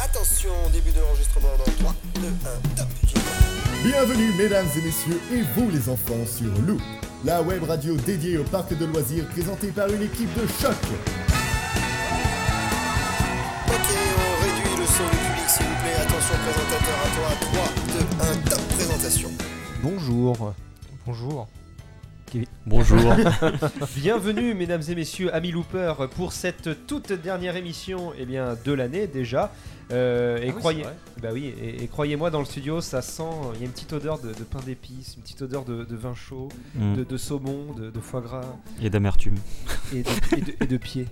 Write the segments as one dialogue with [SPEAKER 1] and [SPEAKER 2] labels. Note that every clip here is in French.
[SPEAKER 1] Attention, début de l'enregistrement dans 3, 2, 1, top
[SPEAKER 2] Bienvenue mesdames et messieurs et vous les enfants sur Loop, la web radio dédiée au parc de loisirs présentée par une équipe de choc.
[SPEAKER 1] Ok, on réduit le son du public s'il vous plaît. Attention, présentateur à toi. 3, 2, 1, top présentation.
[SPEAKER 3] Bonjour.
[SPEAKER 4] Bonjour.
[SPEAKER 5] Bonjour.
[SPEAKER 4] Bienvenue mesdames et messieurs, amis loopers, pour cette toute dernière émission eh bien, de l'année déjà. Euh, et croyez, bah oui, et, et croyez-moi, dans le studio, ça sent. Il y a une petite odeur de, de pain d'épices, une petite odeur de, de vin chaud,
[SPEAKER 5] Mm.
[SPEAKER 4] de, de saumon, de, de foie gras
[SPEAKER 5] Et d'amertume.
[SPEAKER 4] et de, et de- et de pied.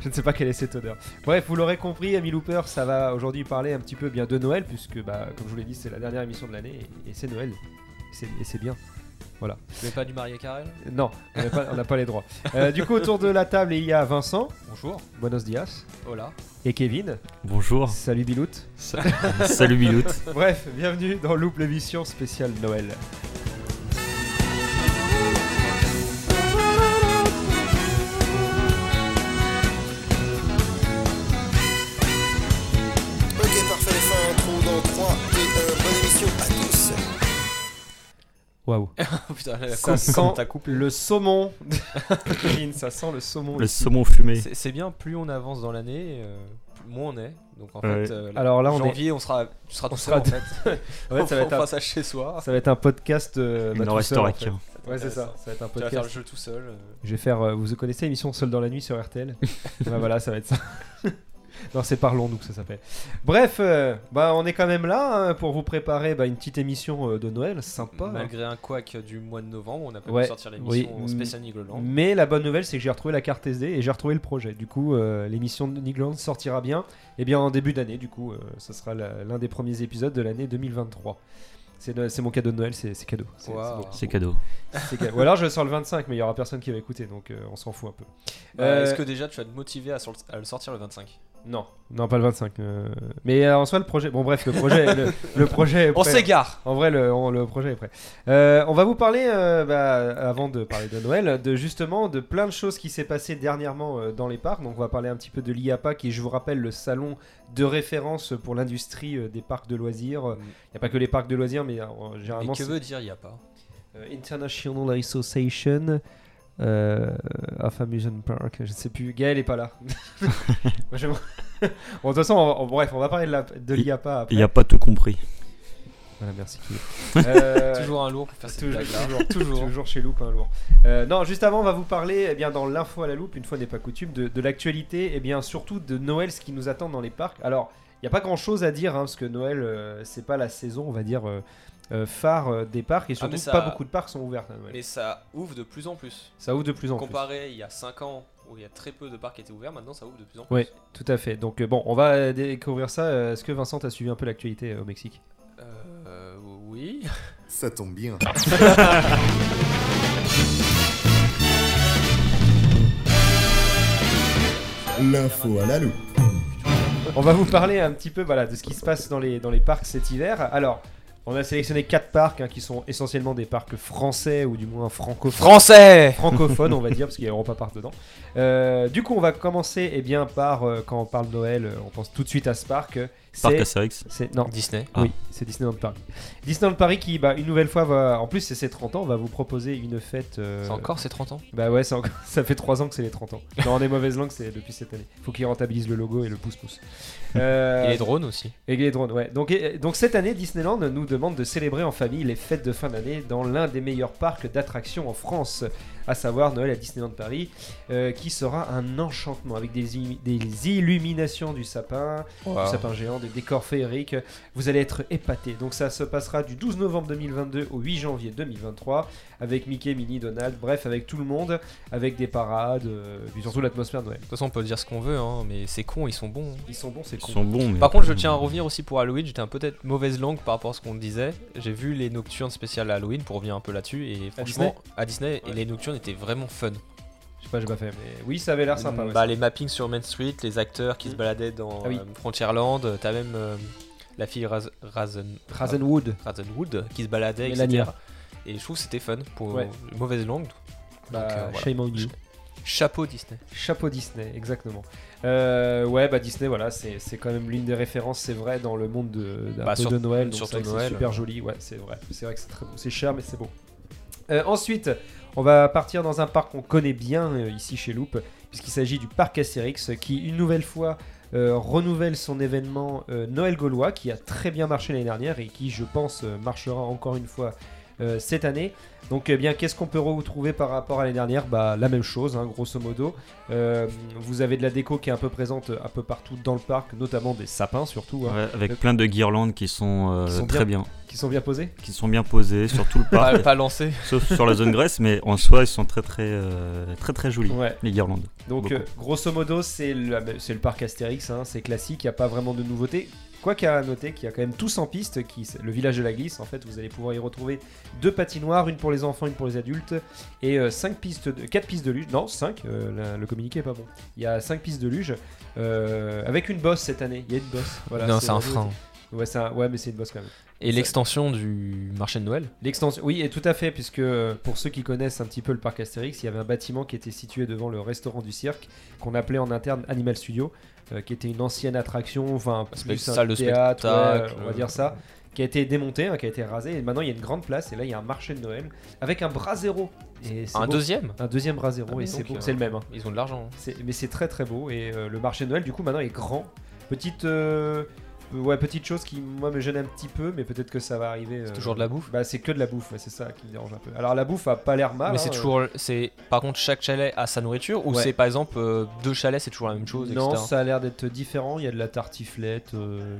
[SPEAKER 4] Je ne sais pas quelle est cette odeur. Bref, vous l'aurez compris, Ami Looper, ça va aujourd'hui parler un petit peu eh bien de Noël, puisque, bah, comme je vous l'ai dit, c'est la dernière émission de l'année et, et c'est Noël. Et c'est- Et c'est bien.
[SPEAKER 6] Mais pas du Maria Carrel
[SPEAKER 4] Non, on n'a pas, on n'a pas les droits. Euh, du coup, autour de la table, il y a Vincent,
[SPEAKER 6] Bonjour.
[SPEAKER 4] buenos dias,
[SPEAKER 6] Hola.
[SPEAKER 4] et Kevin.
[SPEAKER 5] Bonjour.
[SPEAKER 4] Salut Biloute.
[SPEAKER 5] Salut Bilout.
[SPEAKER 4] Bref, bienvenue dans Loop l'émission spéciale Noël.
[SPEAKER 1] Ok, parfait, fin intro dans 3, 2, 1, bonne émission à tous.
[SPEAKER 4] Waouh.
[SPEAKER 6] Oh putain, la
[SPEAKER 4] Ça
[SPEAKER 6] coupe, comme
[SPEAKER 4] sent
[SPEAKER 6] ta coupe.
[SPEAKER 4] le saumon. Kevin, ça sent le saumon.
[SPEAKER 5] Le
[SPEAKER 4] ici.
[SPEAKER 5] saumon fumé.
[SPEAKER 6] C'est c'est bien, plus on avance dans l'année, euh, moins on est. Donc en
[SPEAKER 5] Ouais.
[SPEAKER 6] fait, euh,
[SPEAKER 4] Alors là, on est.
[SPEAKER 6] janvier, on sera, tu seras tout
[SPEAKER 4] sera
[SPEAKER 6] seul en fait.
[SPEAKER 4] Ouais, ça, va
[SPEAKER 6] on
[SPEAKER 4] être
[SPEAKER 6] fera
[SPEAKER 4] un,
[SPEAKER 6] ça chez soi.
[SPEAKER 4] ça va être un podcast. euh, bah,
[SPEAKER 5] Il
[SPEAKER 4] tout
[SPEAKER 5] en reste
[SPEAKER 4] seul, en
[SPEAKER 5] rec,
[SPEAKER 4] fait.
[SPEAKER 5] hein.
[SPEAKER 4] Ouais, c'est ça. Ça va être un
[SPEAKER 6] Tu vas faire le
[SPEAKER 4] podcast.
[SPEAKER 6] jeu tout seul. euh.
[SPEAKER 4] Je vais faire. euh, vous connaissez l'émission Seul dans la nuit sur RTL Bah Voilà, ça va être ça. Non, c'est Parlons-nous que ça s'appelle. Bref, euh, bah, on est quand même là hein, pour vous préparer bah, une petite émission euh, de Noël, sympa. hein.
[SPEAKER 6] Malgré un couac du mois de novembre, on a pas
[SPEAKER 4] Ouais,
[SPEAKER 6] pu sortir
[SPEAKER 4] oui,
[SPEAKER 6] l'émission
[SPEAKER 4] mm.
[SPEAKER 6] spéciale Nigloland.
[SPEAKER 4] Mais la bonne nouvelle, c'est que j'ai retrouvé la carte SD et j'ai retrouvé le projet. Du coup, euh, l'émission de Nigland sortira bien. Et bien en début d'année, du coup, euh, ça sera la- l'un des premiers épisodes de l'année 2023. C'est Noël- c'est mon cadeau de Noël, c'est c'est cadeau. C'est-
[SPEAKER 6] Waouh.
[SPEAKER 4] c'est beau.
[SPEAKER 5] C'est cadeau.
[SPEAKER 4] C'est cadeau. Ou alors je le sors le 25, mais il y aura personne qui va écouter, donc euh, on s'en fout un peu.
[SPEAKER 6] Euh,
[SPEAKER 4] Euh,
[SPEAKER 6] Est-ce que déjà tu vas te motiver à, sur- à le sortir le 25
[SPEAKER 4] Non, non pas le 25. euh, Mais euh, en soi, le projet. Bon bref, le projet, le, le projet. est
[SPEAKER 6] On
[SPEAKER 4] prêt.
[SPEAKER 6] s'égare
[SPEAKER 4] En vrai, le, on- le projet est prêt. Euh, on va vous parler, euh, bah, avant de parler de Noël, de justement de plein de choses qui s'est passé dernièrement euh, dans les parcs. Donc, on va parler un petit peu de l'IAPA, qui, est, je vous rappelle, le salon de référence pour l'industrie euh, des parcs de loisirs. Il
[SPEAKER 6] Mm.
[SPEAKER 4] n'y a pas que les parcs de loisirs, mais euh,
[SPEAKER 6] Et
[SPEAKER 4] généralement,
[SPEAKER 6] que
[SPEAKER 4] c'est,
[SPEAKER 6] veut dire il y a pas
[SPEAKER 4] euh, International Association euh, of Amusement Park. Je ne sais plus. Gaël est pas là. Moi, j'aimerais- bon, de toute façon, on va- on- bref, on va parler de, la- de l'IAPA après.
[SPEAKER 5] Il n'y a pas tout compris.
[SPEAKER 4] Voilà, merci. Kyo. Euh,
[SPEAKER 6] Toujours un lourd pour faire cette
[SPEAKER 4] Toujours,
[SPEAKER 6] blague-là.
[SPEAKER 4] toujours, toujours. Toujours chez Loupe, un lourd. Euh, non, juste avant, on va vous parler, eh bien, dans l'info à la loupe, une fois n'est pas coutume, de, de l'actualité, et bien surtout de Noël, ce qui nous attend dans les parcs. Alors, il n'y a pas grand chose à dire, hein, parce que Noël, euh, c'est pas la saison, on va dire, euh, euh, phare euh, des parcs, et surtout,
[SPEAKER 6] Ah, mais ça-
[SPEAKER 4] pas beaucoup de parcs sont ouverts à Noël.
[SPEAKER 6] Mais ça ouvre de plus en plus.
[SPEAKER 4] Ça ouvre de plus en
[SPEAKER 6] Comparé il y a 5 ans où il y a très peu de parcs qui étaient ouverts, maintenant ça ouvre de plus en plus.
[SPEAKER 4] Ouais. plus. Tout à fait. Donc, euh, bon, on va euh, découvrir ça. Euh, Est-ce que Vincent, t'as suivi un peu l'actualité euh, au Mexique
[SPEAKER 6] Euh, oui.
[SPEAKER 2] Ça tombe bien. L'info à la loupe.
[SPEAKER 4] On va vous parler un petit peu voilà, de ce qui se passe dans les, dans les parcs cet hiver. Alors, on a sélectionné quatre parcs hein, qui sont essentiellement des parcs français ou du moins francophones.
[SPEAKER 6] Français
[SPEAKER 4] francophones, on va dire, parce qu'il y a Europa Park dedans. Euh, du coup, on va commencer eh bien, par, euh, quand on parle de Noël, euh, on pense tout de suite à ce parc. euh,
[SPEAKER 5] Parc
[SPEAKER 4] C'est,
[SPEAKER 5] Astérix.
[SPEAKER 4] c'est- non,
[SPEAKER 6] Disney.
[SPEAKER 5] Ah.
[SPEAKER 4] oui, c'est Disneyland Paris. Disneyland Paris qui, bah, une nouvelle fois, va, en plus, c'est ses 30 ans, va vous proposer une fête. euh,
[SPEAKER 6] C'est encore ses 30 ans
[SPEAKER 4] Bah ouais, c'est encore- ça fait 3 ans que c'est les 30 ans. Non, on est mauvaise langue, c'est depuis cette année. Faut qu'ils rentabilisent le logo et le pouce-pouce. Euh,
[SPEAKER 6] Et les drones aussi.
[SPEAKER 4] et les drones, ouais. Donc, et- donc cette année, Disneyland nous demande de célébrer en famille les fêtes de fin d'année dans l'un des meilleurs parcs d'attractions en France, à savoir Noël à Disneyland Paris, euh, qui sera un enchantement avec des, illu- des illuminations du sapin, du sapin géant, des décors féeriques. Vous allez être épatés. Donc ça se passera du 12 novembre 2022 au 8 janvier 2023, avec Mickey, Minnie, Donald, bref, avec tout le monde, avec des parades, euh, et puis surtout l'atmosphère de Noël.
[SPEAKER 6] De toute façon, on peut dire ce qu'on veut, hein, mais c'est con, ils sont bons. hein.
[SPEAKER 4] Ils sont bons, c'est con.
[SPEAKER 5] Ils sont bons. Mais...
[SPEAKER 6] Par contre, je tiens à revenir aussi pour Halloween. J'étais un peut-être mauvaise langue par rapport à ce qu'on disait. J'ai vu les nocturnes spéciales à Halloween pour revenir un peu là-dessus. Et franchement, à Disney,
[SPEAKER 4] Ouais.
[SPEAKER 6] et les nocturnes étaient vraiment fun.
[SPEAKER 4] Je sais pas, j'ai pas fait, mais oui, ça avait l'air sympa. ouais,
[SPEAKER 6] bah, les mappings sur Main Street, les acteurs qui
[SPEAKER 4] Mm.
[SPEAKER 6] se baladaient dans
[SPEAKER 4] Ah oui.
[SPEAKER 6] euh, Frontierland. T'as même euh, la fille Raz- Razen-
[SPEAKER 4] Razenwood.
[SPEAKER 6] Razenwood qui se baladait,
[SPEAKER 4] Mélania.
[SPEAKER 6] etc. Et je trouve que c'était fun pour
[SPEAKER 4] Ouais.
[SPEAKER 6] une mauvaise langue.
[SPEAKER 4] Bah,
[SPEAKER 6] Donc, euh, voilà.
[SPEAKER 4] shame on you.
[SPEAKER 6] Chapeau Disney.
[SPEAKER 4] Chapeau Disney, exactement. Euh, ouais, bah Disney, voilà, c'est c'est quand même l'une des références, c'est vrai, dans le monde de, d'un
[SPEAKER 6] Bah,
[SPEAKER 4] peu
[SPEAKER 6] sur-
[SPEAKER 4] de Noël. donc
[SPEAKER 6] surtout
[SPEAKER 4] c'est vrai que
[SPEAKER 6] Noël.
[SPEAKER 4] C'est super joli, ouais, c'est vrai. C'est vrai que c'est très beau. C'est cher, mais c'est beau. Euh, ensuite, on va partir dans un parc qu'on connaît bien euh, ici chez Loop, puisqu'il s'agit du parc Astérix, qui une nouvelle fois euh, renouvelle son événement euh, Noël gaulois, qui a très bien marché l'année dernière et qui, je pense, euh, marchera encore une fois euh, cette année. Donc, eh bien, qu'est-ce qu'on peut retrouver par rapport à l'année dernière Bah, la même chose, hein, grosso modo. Euh, vous avez de la déco qui est un peu présente euh, un peu partout dans le parc, notamment des sapins surtout, hein,
[SPEAKER 5] Ouais,
[SPEAKER 4] Le-
[SPEAKER 5] avec plein de guirlandes qui sont, euh,
[SPEAKER 4] Qui sont
[SPEAKER 5] très bien.
[SPEAKER 4] qui sont bien posés.
[SPEAKER 5] qui sont bien posées sur tout le
[SPEAKER 6] Pas,
[SPEAKER 5] parc,
[SPEAKER 6] pas lancé.
[SPEAKER 5] sauf sur la zone Grèce, mais en soi, ils sont très très euh, très très jolis.
[SPEAKER 4] Ouais.
[SPEAKER 5] Les guirlandes.
[SPEAKER 4] Donc
[SPEAKER 5] Beaucoup.
[SPEAKER 4] euh, grosso modo, c'est le, c'est le parc Astérix, hein, c'est classique, il n'y a pas vraiment de nouveautés. Quoi qu'à noter qu'il y a quand même tous en piste, qui, c'est le village de la glisse, en fait, vous allez pouvoir y retrouver deux patinoires, une pour les enfants, une pour les adultes, et euh, cinq pistes de, quatre pistes de luge, non, 5, le communiqué est pas bon. Il y a cinq pistes de luge, euh, avec une bosse cette année, il y a une bosse. Voilà,
[SPEAKER 6] non, c'est un
[SPEAKER 4] la
[SPEAKER 6] frein.
[SPEAKER 4] Ouais, c'est un- ouais, mais c'est une bosse quand même.
[SPEAKER 6] Et l'extension du marché de Noël.
[SPEAKER 4] L'extension, oui, et tout à fait, puisque euh, pour ceux qui connaissent un petit peu le parc Astérix, il y avait un bâtiment qui était situé devant le restaurant du cirque, qu'on appelait en interne Animal Studio, euh, qui était une ancienne attraction, enfin
[SPEAKER 6] Spec-
[SPEAKER 4] plus un
[SPEAKER 6] salle de
[SPEAKER 4] théâtre,
[SPEAKER 6] spectacle,
[SPEAKER 4] ouais, on va dire ça, qui a été démonté, hein, qui a été rasé, et maintenant il y a une grande place, et là il y a un marché de Noël avec un bras zéro. Et c'est
[SPEAKER 6] Un
[SPEAKER 4] beau.
[SPEAKER 6] deuxième
[SPEAKER 4] un deuxième bras zéro,
[SPEAKER 6] Ah, mais
[SPEAKER 4] et c'est
[SPEAKER 6] donc,
[SPEAKER 4] beau,
[SPEAKER 6] euh,
[SPEAKER 4] c'est le même. hein.
[SPEAKER 6] Ils ont de l'argent.
[SPEAKER 4] C'est- mais c'est très très beau et euh, le marché de Noël du coup maintenant est grand. Petite euh, ouais petite chose qui moi me gêne un petit peu mais peut-être que ça va arriver. euh,
[SPEAKER 6] toujours de la bouffe
[SPEAKER 4] Bah c'est que de la bouffe, ouais, c'est ça qui me dérange un peu. Alors la bouffe a pas l'air mal.
[SPEAKER 6] mais
[SPEAKER 4] hein,
[SPEAKER 6] c'est
[SPEAKER 4] euh,
[SPEAKER 6] toujours. C'est Par contre, chaque chalet a sa nourriture ou
[SPEAKER 4] Ouais.
[SPEAKER 6] c'est par exemple euh, deux chalets, c'est toujours la même chose,
[SPEAKER 4] non,
[SPEAKER 6] etc.
[SPEAKER 4] ça a l'air d'être différent. Il y a de la tartiflette, euh,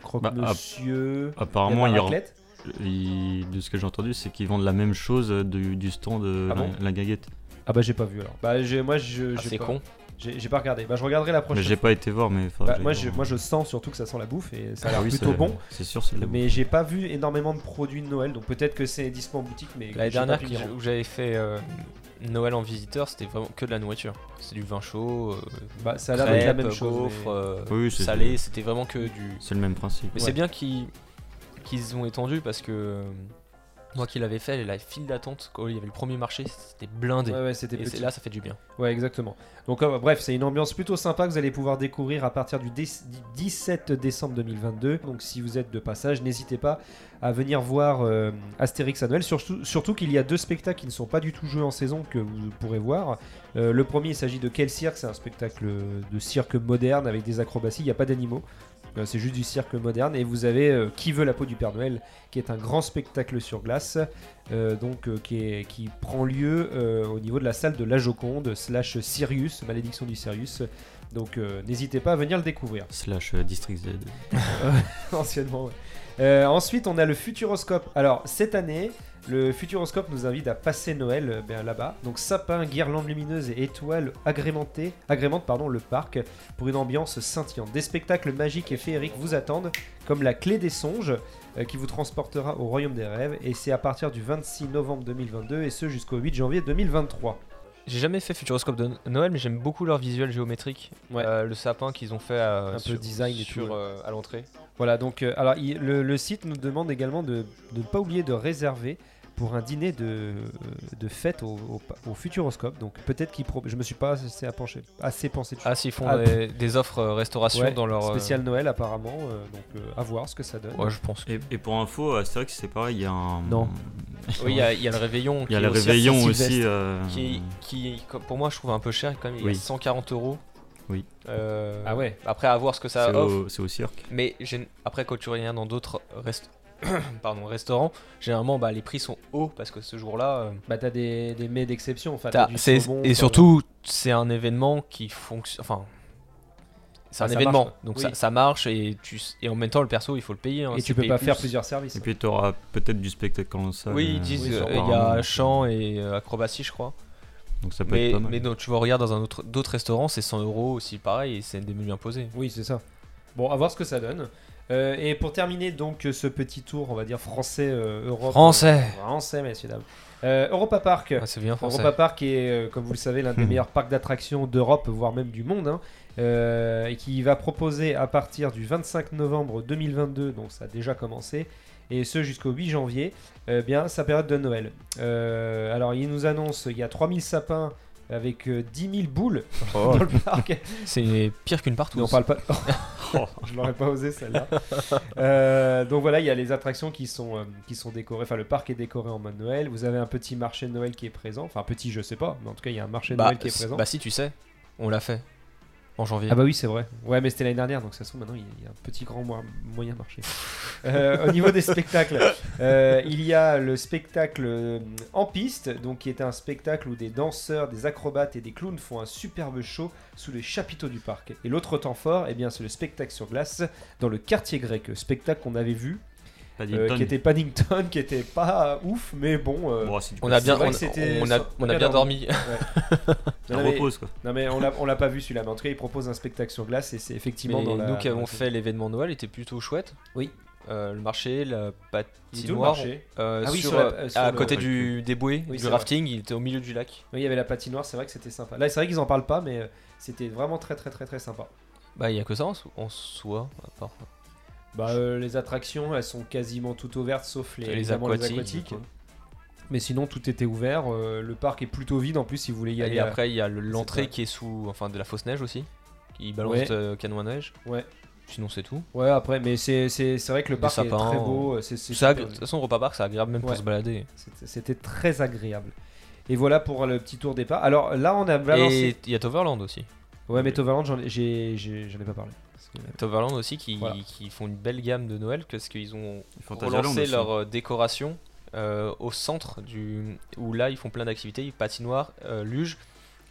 [SPEAKER 4] croque-monsieur.
[SPEAKER 5] Apparemment,
[SPEAKER 4] il y a de
[SPEAKER 5] ils
[SPEAKER 4] la
[SPEAKER 5] rem-
[SPEAKER 4] raclette.
[SPEAKER 5] ils- de ce que j'ai entendu, c'est qu'ils vendent la même chose du, du stand de
[SPEAKER 4] Ah
[SPEAKER 5] la,
[SPEAKER 4] bon
[SPEAKER 5] la Gaguette.
[SPEAKER 4] Ah bah j'ai pas vu alors. Bah j'ai- moi je
[SPEAKER 6] Ah,
[SPEAKER 4] j'ai
[SPEAKER 6] c'est
[SPEAKER 4] pas-
[SPEAKER 6] con.
[SPEAKER 4] J'ai j'ai pas regardé. Bah je regarderai la
[SPEAKER 5] Mais
[SPEAKER 4] prochaine.
[SPEAKER 5] j'ai pas été voir, mais faudrait
[SPEAKER 4] Bah,
[SPEAKER 5] que
[SPEAKER 4] moi
[SPEAKER 5] j'aille
[SPEAKER 4] je
[SPEAKER 5] voir.
[SPEAKER 4] moi je sens surtout que ça sent la bouffe et ça a
[SPEAKER 5] Ah
[SPEAKER 4] l'air
[SPEAKER 5] oui,
[SPEAKER 4] plutôt
[SPEAKER 5] c'est-
[SPEAKER 4] bon.
[SPEAKER 5] C'est sûr, c'est de la bouffe.
[SPEAKER 4] Mais j'ai pas vu énormément de produits de Noël, donc peut-être que c'est dispo en boutique, mais
[SPEAKER 6] L'année
[SPEAKER 4] j'ai pas hein.
[SPEAKER 6] dernière
[SPEAKER 4] pu
[SPEAKER 6] qui-
[SPEAKER 4] m'y rendre.
[SPEAKER 6] où j'avais fait euh, Noël en visiteur, c'était vraiment que de la nourriture. C'est du vin chaud, euh,
[SPEAKER 4] Bah, ça a l'air d'être
[SPEAKER 6] crêpes,
[SPEAKER 4] la même chose.
[SPEAKER 6] gaufres,
[SPEAKER 4] mais-
[SPEAKER 6] euh,
[SPEAKER 5] Oui, c'est-
[SPEAKER 6] salé, c'était vraiment que du.
[SPEAKER 5] C'est le même principe.
[SPEAKER 6] Mais c'est bien qu'ils qu'ils ont étendu parce que euh, moi qui l'avais fait, la file d'attente quand il y avait le premier marché, c'était blindé.
[SPEAKER 4] Ouais, ouais, c'était
[SPEAKER 6] Et c'est-
[SPEAKER 4] petit.
[SPEAKER 6] là, ça fait du bien.
[SPEAKER 4] Ouais, exactement. Donc, euh, bref, c'est une ambiance plutôt sympa que vous allez pouvoir découvrir à partir du, dé- du 17 décembre 2022. Donc, si vous êtes de passage, n'hésitez pas à venir voir euh, Astérix à Noël. Surtout, surtout qu'il y a deux spectacles qui ne sont pas du tout joués en saison que vous pourrez voir. Euh, le premier, il s'agit de Quel cirque C'est un spectacle de cirque moderne avec des acrobaties. Il n'y a pas d'animaux. Euh, C'est juste du cirque moderne et vous avez euh, Qui veut la peau du Père Noël, qui est un grand spectacle sur glace, euh, donc euh, qui, est- qui prend lieu euh, au niveau de la salle de la Joconde slash Sirius, malédiction du Sirius. Donc euh, n'hésitez pas à venir le découvrir.
[SPEAKER 5] Slash euh, District Z.
[SPEAKER 4] Anciennement, ouais. Euh, ensuite, on a le Futuroscope. Alors, cette année, le Futuroscope nous invite à passer Noël euh, ben, là-bas. Donc, sapin, guirlandes lumineuses et étoiles agrémentées, agrémentent pardon, le parc pour une ambiance scintillante. Des spectacles magiques et féeriques vous attendent, comme la clé des songes euh, qui vous transportera au royaume des rêves. Et c'est à partir du 26 novembre 2022 et ce jusqu'au 8 janvier 2023.
[SPEAKER 6] J'ai jamais fait Futuroscope de Noël, mais j'aime beaucoup leur visuel géométrique.
[SPEAKER 4] Ouais.
[SPEAKER 6] Euh, le sapin qu'ils ont fait euh,
[SPEAKER 4] Un peu
[SPEAKER 6] sur-
[SPEAKER 4] design et
[SPEAKER 6] sur,
[SPEAKER 4] tout, ouais.
[SPEAKER 6] euh, à l'entrée.
[SPEAKER 4] Voilà, donc euh, alors, il- le, le site nous demande également de de ne pas oublier de réserver pour un dîner de, euh, de fête au, au- au Futuroscope. Donc peut-être qu'ils... pro- Je me suis pas assez, à pencher- assez pensé dessus.
[SPEAKER 6] Ah, s'ils font
[SPEAKER 4] Ah,
[SPEAKER 6] des, des offres euh, restauration
[SPEAKER 4] Ouais,
[SPEAKER 6] dans leur. euh,
[SPEAKER 4] Spécial Noël apparemment, euh, donc euh, à voir ce que ça donne.
[SPEAKER 6] Ouais, je pense.
[SPEAKER 5] Et, et pour info, Astérix, c'est pareil, il y a un.
[SPEAKER 4] Non.
[SPEAKER 6] Oui, il y, a- il y a le réveillon.
[SPEAKER 5] Il y
[SPEAKER 6] qui
[SPEAKER 5] a
[SPEAKER 6] est
[SPEAKER 5] le
[SPEAKER 6] au cirque
[SPEAKER 5] réveillon
[SPEAKER 6] Sylvestre,
[SPEAKER 5] aussi. euh,
[SPEAKER 6] Qui, qui, comme- pour moi, je trouve un peu cher quand même. Il y a
[SPEAKER 5] Oui.
[SPEAKER 6] 140 euros.
[SPEAKER 5] Oui.
[SPEAKER 6] Euh,
[SPEAKER 4] Ah ouais
[SPEAKER 6] Après, à voir ce que ça
[SPEAKER 5] C'est
[SPEAKER 6] offre.
[SPEAKER 5] au, c'est au cirque.
[SPEAKER 6] Mais j'ai- après, quand tu reviens dans d'autres rest- pardon, restaurants, généralement, bah, les prix sont hauts parce que ce jour-là. euh,
[SPEAKER 4] Bah t'as des, des mets d'exception, enfin
[SPEAKER 6] T'as-
[SPEAKER 4] t'as du
[SPEAKER 6] c'est-
[SPEAKER 4] saumon,
[SPEAKER 6] et
[SPEAKER 4] t'as-
[SPEAKER 6] surtout, c'est un événement qui fonctionne. Enfin, c'est
[SPEAKER 4] Ah,
[SPEAKER 6] un
[SPEAKER 4] ça
[SPEAKER 6] événement,
[SPEAKER 4] marche, quoi.
[SPEAKER 6] donc
[SPEAKER 4] Oui.
[SPEAKER 6] Bah, ça, ça marche et tu s- et en même temps le perso il faut le payer. hein,
[SPEAKER 4] Et
[SPEAKER 6] c'est
[SPEAKER 4] tu peux
[SPEAKER 6] payé
[SPEAKER 4] pas
[SPEAKER 6] plus.
[SPEAKER 4] faire plusieurs services.
[SPEAKER 5] Et puis tu auras peut-être du spectacle en salle.
[SPEAKER 6] Oui, ils
[SPEAKER 5] euh,
[SPEAKER 6] disent
[SPEAKER 4] oui,
[SPEAKER 6] euh,
[SPEAKER 4] ça
[SPEAKER 6] il y a
[SPEAKER 5] apparemment.
[SPEAKER 6] chant et euh, acrobatie je crois.
[SPEAKER 5] Donc ça peut
[SPEAKER 6] Mais,
[SPEAKER 5] être pas mal.
[SPEAKER 6] mais non, tu vas regarder dans un autre d'autres restaurants c'est 100 euros aussi pareil et c'est des menus imposés.
[SPEAKER 4] Oui, c'est ça. Bon, à voir ce que ça donne. Euh, et pour terminer donc euh, ce petit tour, on va dire français, euh, Europe.
[SPEAKER 6] Français.
[SPEAKER 4] euh, français, messieurs, dames. Euh, Europa Park.
[SPEAKER 6] Ah, c'est bien français.
[SPEAKER 4] Europa Park est, euh, comme vous le savez, l'un des
[SPEAKER 5] Hmm.
[SPEAKER 4] meilleurs parcs d'attractions d'Europe, voire même du monde, hein, euh, et qui va proposer à partir du 25 novembre 2022, donc ça a déjà commencé, et ce jusqu'au 8 Euh, janvier, eh bien sa période de Noël. Euh, alors il nous annonce il y a 3000 sapins avec euh, 10 000 boules
[SPEAKER 5] Oh.
[SPEAKER 4] dans le parc.
[SPEAKER 6] C'est pire qu'une partout.
[SPEAKER 4] Non, on parle pas. je l'aurais pas osé celle-là. Euh, donc voilà, il y a les attractions qui sont, euh, qui sont décorées. Enfin, le parc est décoré en mode Noël. Vous avez un petit marché de Noël qui est présent. Enfin, petit, je sais pas, mais en tout cas, il y a un marché de
[SPEAKER 6] bah,
[SPEAKER 4] Noël qui est
[SPEAKER 6] c-
[SPEAKER 4] présent.
[SPEAKER 6] bah si tu sais, on l'a fait en janvier.
[SPEAKER 4] ah bah oui, c'est vrai. Ouais, mais c'était l'année dernière, donc ça se trouve maintenant il y a- il y a un petit grand moi- moyen marché. Euh, au niveau des spectacles, euh, il y a le spectacle euh, en piste, donc qui est un spectacle où des danseurs, des acrobates et des clowns font un superbe show sous les chapiteaux du parc. Et l'autre temps fort, eh bien, c'est le spectacle sur glace dans le quartier grec, spectacle qu'on avait vu, euh,
[SPEAKER 5] Paddington.
[SPEAKER 4] qui était Paddington, qui était pas ouf, mais bon. euh,
[SPEAKER 5] Bon, c'est du
[SPEAKER 6] On a
[SPEAKER 4] C'est
[SPEAKER 6] bien,
[SPEAKER 4] vrai
[SPEAKER 6] on,
[SPEAKER 4] que c'était-
[SPEAKER 6] on a,
[SPEAKER 4] on
[SPEAKER 6] on
[SPEAKER 4] a
[SPEAKER 6] a bien
[SPEAKER 4] dormi.
[SPEAKER 6] dormi.
[SPEAKER 5] on
[SPEAKER 4] non, mais-
[SPEAKER 5] repose quoi.
[SPEAKER 4] Non mais on l'a on l'a pas vu celui-là, mais en tout cas il propose un spectacle sur glace et c'est effectivement
[SPEAKER 6] Mais
[SPEAKER 4] dans la-
[SPEAKER 6] nous qui
[SPEAKER 4] dans
[SPEAKER 6] avons
[SPEAKER 4] la-
[SPEAKER 6] fait l'événement Noël était plutôt chouette.
[SPEAKER 4] Oui.
[SPEAKER 6] Euh, le marché, la
[SPEAKER 4] Dis tout le
[SPEAKER 6] patinoire.
[SPEAKER 4] marché.
[SPEAKER 6] euh,
[SPEAKER 4] Ah oui,
[SPEAKER 6] sur,
[SPEAKER 4] sur la-
[SPEAKER 6] euh,
[SPEAKER 4] euh, sur
[SPEAKER 6] à
[SPEAKER 4] le-
[SPEAKER 6] côté du, des bouées,
[SPEAKER 4] Oui, c'est
[SPEAKER 6] du
[SPEAKER 4] vrai.
[SPEAKER 6] rafting, il était au milieu du lac.
[SPEAKER 4] Oui, il y avait la patinoire, c'est vrai que c'était sympa. Là, c'est vrai qu'ils en parlent pas, mais euh, c'était vraiment très très très très sympa.
[SPEAKER 6] Bah, il y a que ça en, so- en soi, à part.
[SPEAKER 4] Bah, euh, les attractions, elles sont quasiment toutes ouvertes, sauf les,
[SPEAKER 6] Les
[SPEAKER 4] évidemment, les
[SPEAKER 6] aquatiques. hein.
[SPEAKER 4] aquatiques. Mais sinon, tout était ouvert. euh, le parc est plutôt vide en plus si vous voulez y aller.
[SPEAKER 6] Et
[SPEAKER 4] euh,
[SPEAKER 6] après, il y a le-
[SPEAKER 4] c'est
[SPEAKER 6] l'entrée
[SPEAKER 4] pas-
[SPEAKER 6] qui est sous. Enfin, de la fausse neige aussi. Qui balance
[SPEAKER 4] Ouais.
[SPEAKER 6] euh, canon à neige.
[SPEAKER 4] Ouais.
[SPEAKER 6] Sinon, c'est tout.
[SPEAKER 4] Ouais, après, mais c'est c'est- c'est vrai que le
[SPEAKER 6] Des
[SPEAKER 4] parc est
[SPEAKER 6] sapins,
[SPEAKER 4] très beau. euh, c'est- c'est
[SPEAKER 6] Ça, De
[SPEAKER 4] super-
[SPEAKER 6] toute façon, repas parc, c'est agréable même
[SPEAKER 4] Ouais.
[SPEAKER 6] pour se balader.
[SPEAKER 4] c'était- C'était très agréable. Et voilà pour le petit tour départ. Bah, Alors là, on a balancé.
[SPEAKER 6] Et il y a Toverland aussi.
[SPEAKER 4] Ouais, mais Toverland, j'en ai, j'ai- j'ai- j'en ai pas parlé. Parce que-
[SPEAKER 6] Toverland aussi qui,
[SPEAKER 4] Voilà.
[SPEAKER 6] qui font une belle gamme de Noël parce qu'ils ont
[SPEAKER 5] Ils font
[SPEAKER 6] relancé leur euh, décoration euh, au centre du où là ils font plein d'activités, patinoire, euh, luge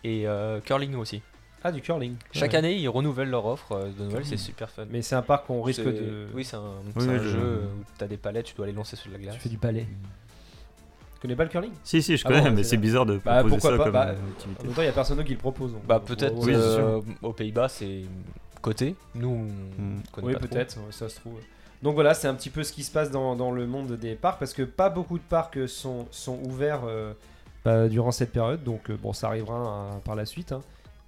[SPEAKER 6] et euh, curling aussi.
[SPEAKER 4] Ah, du curling.
[SPEAKER 6] Chaque
[SPEAKER 4] Ouais.
[SPEAKER 6] année ils renouvellent leur offre euh, de Noël, c'est super fun.
[SPEAKER 4] Mais c'est un parc qu'on risque
[SPEAKER 6] C'est-
[SPEAKER 4] de.
[SPEAKER 6] Oui, c'est un,
[SPEAKER 5] Oui,
[SPEAKER 6] c'est un
[SPEAKER 5] je-
[SPEAKER 6] jeu euh, où t'as des palettes, tu dois les lancer sur de la
[SPEAKER 4] Tu
[SPEAKER 6] glace.
[SPEAKER 4] fais du palais. Tu connais pas le curling
[SPEAKER 5] Si, si, je
[SPEAKER 4] Ah
[SPEAKER 5] connais,
[SPEAKER 4] bon,
[SPEAKER 5] mais
[SPEAKER 4] c'est
[SPEAKER 5] c'est
[SPEAKER 4] bien.
[SPEAKER 5] bizarre de
[SPEAKER 4] Bah,
[SPEAKER 5] proposer
[SPEAKER 4] pourquoi
[SPEAKER 5] ça
[SPEAKER 4] pas,
[SPEAKER 5] comme
[SPEAKER 4] bah,
[SPEAKER 5] euh, activité.
[SPEAKER 4] En même temps, il n'y a personne d'autre qui le propose. donc-
[SPEAKER 6] Bah
[SPEAKER 4] donc,
[SPEAKER 6] peut-être
[SPEAKER 4] ouais,
[SPEAKER 5] c'est
[SPEAKER 6] euh, aux Pays-bas c'est côté, nous on
[SPEAKER 5] Hmm.
[SPEAKER 6] connaît
[SPEAKER 4] Oui,
[SPEAKER 6] pas trop.
[SPEAKER 4] peut-être, ouais, ça se trouve. Donc voilà, c'est un petit peu ce qui se passe dans, dans le monde des parcs, parce que pas beaucoup de parcs euh, sont, sont ouverts euh, bah, durant cette période, donc euh, bon, ça arrivera hein, par la suite. hein.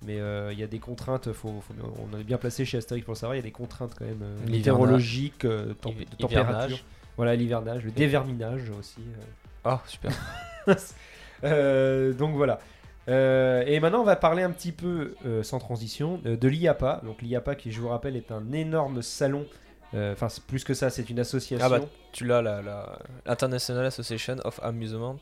[SPEAKER 4] Mais euh, il y a des contraintes, faut, faut- on est bien placé chez Astérix pour le savoir, il y a des contraintes quand même euh,
[SPEAKER 6] L'hivernage.
[SPEAKER 4] météorologiques, euh, tem-
[SPEAKER 6] Hiver-
[SPEAKER 4] de température.
[SPEAKER 6] hivernage.
[SPEAKER 4] Voilà, l'hivernage, le déverminage aussi. euh.
[SPEAKER 6] Ah, super.
[SPEAKER 4] Euh, donc voilà. Euh, et maintenant, on va parler un petit peu, euh, sans transition, euh, de l'IAPA. Donc l'IAPA, qui je vous rappelle, est un énorme salon. euh, Enfin, c'est plus que ça, c'est une association.
[SPEAKER 6] Ah bah, tu l'as la, la International Association of Amusement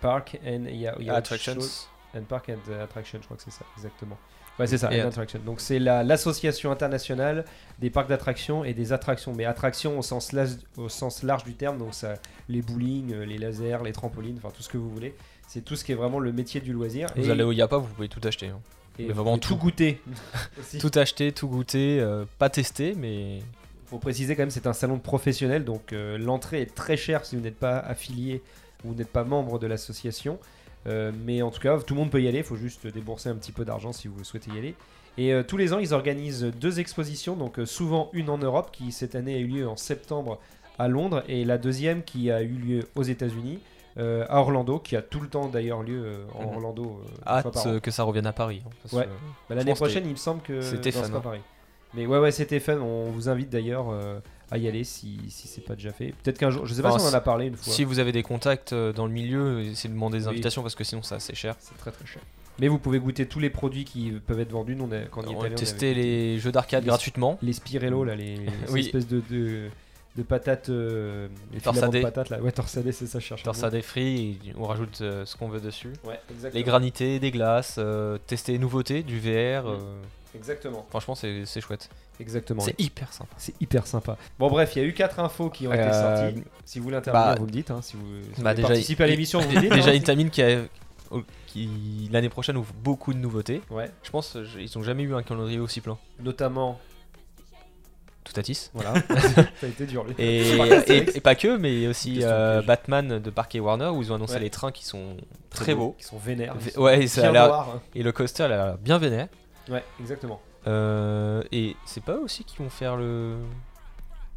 [SPEAKER 4] Park and il y a- il y a autre Ah, chose.
[SPEAKER 6] Attractions.
[SPEAKER 4] And Park and euh, Attraction, je crois que c'est ça, exactement. Ouais, c'est ça,
[SPEAKER 6] Et
[SPEAKER 4] and
[SPEAKER 6] att-
[SPEAKER 4] Attraction. Donc c'est la- l'association internationale des parcs d'attractions et des attractions, mais attractions au sens, las- au sens large du terme, donc ça, les bowling, euh, les lasers, les trampolines, enfin tout ce que vous voulez. C'est tout ce qui est vraiment le métier du loisir.
[SPEAKER 6] Vous
[SPEAKER 4] Et-
[SPEAKER 6] allez au Yapa, vous pouvez tout acheter. hein.
[SPEAKER 4] et
[SPEAKER 6] mais
[SPEAKER 4] vous
[SPEAKER 6] vraiment
[SPEAKER 4] pouvez tout
[SPEAKER 6] tout.
[SPEAKER 4] goûter. aussi.
[SPEAKER 6] Tout acheter, tout goûter, euh, pas tester, mais
[SPEAKER 4] Faut préciser quand même, c'est un salon de professionnels, donc euh, l'entrée est très chère si vous n'êtes pas affilié ou vous n'êtes pas membre de l'association. Euh, mais en tout cas, tout le monde peut y aller, il faut juste débourser un petit peu d'argent si vous souhaitez y aller. Et euh, tous les ans, ils organisent deux expositions, donc euh, souvent une en Europe qui cette année a eu lieu en septembre à Londres et la deuxième qui a eu lieu aux États-Unis euh, à Orlando, qui a tout le temps d'ailleurs lieu euh, en
[SPEAKER 6] Mhm.
[SPEAKER 4] Orlando. euh, une fois
[SPEAKER 6] hâte
[SPEAKER 4] par an.
[SPEAKER 6] euh, que ça revienne à Paris. hein, parce
[SPEAKER 4] Ouais.
[SPEAKER 6] que-
[SPEAKER 4] Bah, L'année
[SPEAKER 6] Je pense que
[SPEAKER 4] prochaine, il me semble que
[SPEAKER 6] c'était
[SPEAKER 4] non,
[SPEAKER 6] fun,
[SPEAKER 4] c'est pas
[SPEAKER 6] hein.
[SPEAKER 4] pareil. Mais ouais, ouais, c'était fun. On vous invite d'ailleurs euh, à y aller si, si c'est pas déjà fait. Peut-être qu'un jour, je sais pas
[SPEAKER 6] Enfin,
[SPEAKER 4] si on en
[SPEAKER 6] si-
[SPEAKER 4] a parlé une fois.
[SPEAKER 6] Si vous avez des contacts euh, dans le milieu, essayez de demander des
[SPEAKER 4] Oui.
[SPEAKER 6] invitations parce que sinon c'est assez cher.
[SPEAKER 4] C'est très très cher. Mais vous pouvez goûter tous les produits qui peuvent être vendus. Nous, on a, quand on y est
[SPEAKER 6] On
[SPEAKER 4] allé,
[SPEAKER 6] a
[SPEAKER 4] on
[SPEAKER 6] testé
[SPEAKER 4] avait goûté
[SPEAKER 6] les jeux d'arcade
[SPEAKER 4] les-
[SPEAKER 6] gratuitement.
[SPEAKER 4] les Spirello, là, les ces
[SPEAKER 6] Oui.
[SPEAKER 4] espèces de, de, de patates. euh, les filaments
[SPEAKER 6] Torsadées.
[SPEAKER 4] de patates, là. Ouais, torsadées, c'est ça, je cherche. un
[SPEAKER 6] Torse à des frits, et on rajoute euh, ce qu'on veut dessus.
[SPEAKER 4] mot. Ouais, exactement.
[SPEAKER 6] Les granités, des glaces, euh, tester les nouveautés, du VR. euh,
[SPEAKER 4] Exactement.
[SPEAKER 6] franchement, c'est c'est chouette.
[SPEAKER 4] Exactement.
[SPEAKER 6] C'est hyper sympa.
[SPEAKER 4] C'est hyper sympa. Bon, bref, il y a eu quatre infos qui ont été
[SPEAKER 6] Euh,
[SPEAKER 4] sorties. Si vous voulez intervenir,
[SPEAKER 6] bah,
[SPEAKER 4] vous me dites. hein, si vous, si
[SPEAKER 6] bah,
[SPEAKER 4] vous
[SPEAKER 6] déjà,
[SPEAKER 4] participez à
[SPEAKER 6] il-
[SPEAKER 4] l'émission, vous me dites.
[SPEAKER 6] Déjà,
[SPEAKER 4] hein.
[SPEAKER 6] Intamin qui a- au- qui, l'année prochaine ouvre beaucoup de nouveautés.
[SPEAKER 4] Ouais,
[SPEAKER 6] Je pense euh, je- ils ont jamais eu un calendrier aussi plein.
[SPEAKER 4] notamment
[SPEAKER 6] Tout à 10.
[SPEAKER 4] Voilà, ça a été dur. lui.
[SPEAKER 6] Et,
[SPEAKER 4] Par contre,
[SPEAKER 6] et-
[SPEAKER 4] Astérix,
[SPEAKER 6] et pas que, mais aussi
[SPEAKER 4] Question
[SPEAKER 6] euh,
[SPEAKER 4] piège.
[SPEAKER 6] Batman de Parquet Warner où ils ont annoncé
[SPEAKER 4] Ouais.
[SPEAKER 6] les trains qui sont très beaux.
[SPEAKER 4] Qui sont vénères.
[SPEAKER 6] Vé-
[SPEAKER 4] ils sont
[SPEAKER 6] Ouais, et, ça a
[SPEAKER 4] bien
[SPEAKER 6] l'air-
[SPEAKER 4] noirs, hein.
[SPEAKER 6] et le coaster elle a l'air bien vénère.
[SPEAKER 4] Ouais, exactement.
[SPEAKER 6] Euh, et c'est pas eux aussi qui vont faire le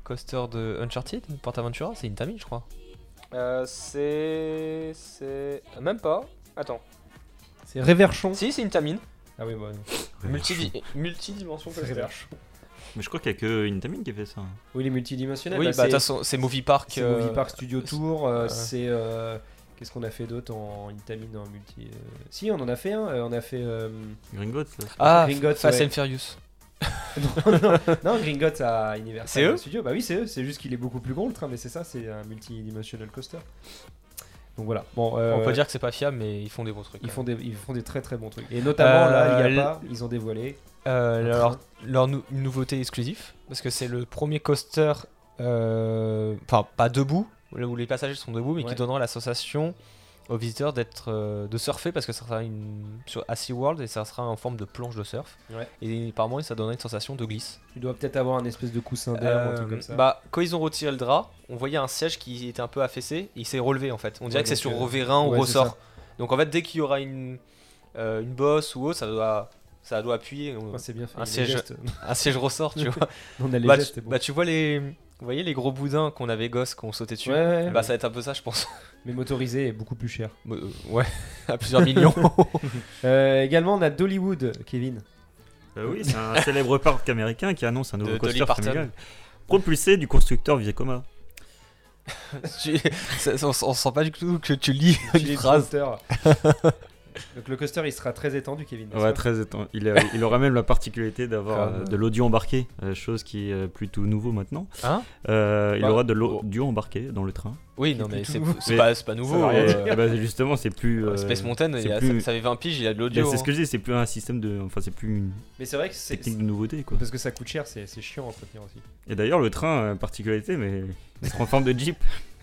[SPEAKER 6] coaster de Uncharted, PortAventura C'est Intamin, je crois. Euh, c'est. C'est. Même pas. Attends.
[SPEAKER 4] C'est Réverchon.
[SPEAKER 6] Si, c'est Intamin.
[SPEAKER 4] Ah oui, bon.
[SPEAKER 6] euh, Multidimension
[SPEAKER 5] Mais je crois qu'il n'y a que Intamin qui fait ça.
[SPEAKER 4] Oui, il est multidimensionnel.
[SPEAKER 6] Oui, bah,
[SPEAKER 4] bah,
[SPEAKER 6] de toute
[SPEAKER 4] c'est-
[SPEAKER 6] façon, c'est Movie Park.
[SPEAKER 4] c'est
[SPEAKER 6] euh,
[SPEAKER 4] Movie Park Studio Tour, euh,
[SPEAKER 6] ouais.
[SPEAKER 4] c'est. euh, Qu'est-ce qu'on a fait d'autre en Intamin en multi euh, Si, on en a fait un. euh, on a fait. euh,
[SPEAKER 5] Gringotts là.
[SPEAKER 6] Ah,
[SPEAKER 4] Gringotts,
[SPEAKER 6] Fast
[SPEAKER 4] ouais.
[SPEAKER 6] and Furious.
[SPEAKER 4] non, non, non, Gringotts à Universal
[SPEAKER 6] C'est eux
[SPEAKER 4] Studio. Bah oui, c'est eux. C'est juste qu'il est beaucoup plus grand le train, mais c'est ça, c'est un multidimensional coaster. Donc voilà. Bon, euh,
[SPEAKER 6] On peut dire que c'est pas fiable, mais ils font des bons trucs.
[SPEAKER 4] Ils
[SPEAKER 6] hein.
[SPEAKER 4] font, des, ils font des très très bons trucs. Et notamment,
[SPEAKER 6] Euh,
[SPEAKER 4] là, il
[SPEAKER 6] l-
[SPEAKER 4] y a pas, ils ont dévoilé.
[SPEAKER 6] Euh,
[SPEAKER 4] Un
[SPEAKER 6] leur leur nou- une nouveauté exclusive, parce que c'est le premier coaster, euh, enfin pas debout, là où les passagers sont debout, mais
[SPEAKER 4] Ouais.
[SPEAKER 6] qui donnera la sensation aux visiteurs d'être euh, de surfer, parce que ça sera une, sur, à SeaWorld et ça sera en forme de planche de surf.
[SPEAKER 4] Ouais.
[SPEAKER 6] Et par moment, ça donnera une sensation de glisse.
[SPEAKER 4] Tu dois peut-être avoir un espèce de coussin d'air ou un
[SPEAKER 6] Euh,
[SPEAKER 4] truc comme ça.
[SPEAKER 6] Bah, quand ils ont retiré le drap, on voyait un siège qui était un peu affaissé, et il s'est relevé en fait. On dirait
[SPEAKER 4] Ouais,
[SPEAKER 6] que c'est
[SPEAKER 4] donc,
[SPEAKER 6] sur
[SPEAKER 4] euh,
[SPEAKER 6] vérin ou
[SPEAKER 4] ouais, c'est
[SPEAKER 6] ressort.
[SPEAKER 4] ça.
[SPEAKER 6] Donc en fait, dès qu'il y aura une, euh, une bosse ou autre, ça doit, ça doit appuyer. On-
[SPEAKER 4] Ouais, c'est bien fait.
[SPEAKER 6] un
[SPEAKER 4] les
[SPEAKER 6] siège-
[SPEAKER 4] gestes.
[SPEAKER 6] un siège ressort, tu vois.
[SPEAKER 4] on a les
[SPEAKER 6] ah, bah,
[SPEAKER 4] gestes,
[SPEAKER 6] tu,
[SPEAKER 4] c'est bon.
[SPEAKER 6] bah, tu vois les vous voyez les gros boudins qu'on avait gosses qu'on sautait dessus
[SPEAKER 4] Ouais, ouais,
[SPEAKER 6] bah
[SPEAKER 4] ouais.
[SPEAKER 6] ça va être un peu ça je pense
[SPEAKER 4] mais motorisé est beaucoup plus cher.
[SPEAKER 6] Euh, ouais à plusieurs millions
[SPEAKER 4] Euh, également, on a Dollywood, Kevin.
[SPEAKER 5] Bah oui, c'est un célèbre parc américain qui annonce un nouveau
[SPEAKER 6] De
[SPEAKER 5] coaster
[SPEAKER 6] Dolly Parton.
[SPEAKER 5] familial. Propulsé du constructeur Viacoma.
[SPEAKER 6] Tu- ça- ça- on, s- on sent pas du tout que tu lis
[SPEAKER 4] Chez
[SPEAKER 6] une
[SPEAKER 4] les
[SPEAKER 6] phrase
[SPEAKER 4] constructeurs. Donc le coaster, il sera très étendu, Kevin. n'est-ce
[SPEAKER 5] Ouais,
[SPEAKER 4] pas
[SPEAKER 5] très étonnant. Il, a- il aura même la particularité d'avoir
[SPEAKER 6] Comme,
[SPEAKER 5] euh, de l'audio embarqué, euh, chose qui est plutôt nouveau maintenant.
[SPEAKER 6] Hein
[SPEAKER 5] Euh, Il
[SPEAKER 4] Bah,
[SPEAKER 5] aura de l'audio embarqué dans le train.
[SPEAKER 6] oui non mais c'est c'est
[SPEAKER 5] Mais-
[SPEAKER 6] pas, c'est pas
[SPEAKER 4] Oh,
[SPEAKER 6] nouveau
[SPEAKER 5] Ça,
[SPEAKER 6] euh,
[SPEAKER 5] et- et bah, justement, c'est plus.
[SPEAKER 4] Ah,
[SPEAKER 5] euh,
[SPEAKER 6] Space Mountain
[SPEAKER 5] c'est
[SPEAKER 6] il y a-
[SPEAKER 5] plus-
[SPEAKER 6] ça, ça fait 20 piges il a de
[SPEAKER 5] bah,
[SPEAKER 6] l'audio
[SPEAKER 5] c'est ce
[SPEAKER 6] hein.
[SPEAKER 5] que je dis, c'est plus un système de. Enfin, c'est plus une
[SPEAKER 4] Mais c'est vrai que c'est.
[SPEAKER 5] technique de nouveauté, quoi.
[SPEAKER 4] Parce que ça coûte cher, c'est c'est chiant à entretenir aussi.
[SPEAKER 5] Et d'ailleurs, le train, euh, particularité, mais il sera en forme de Jeep.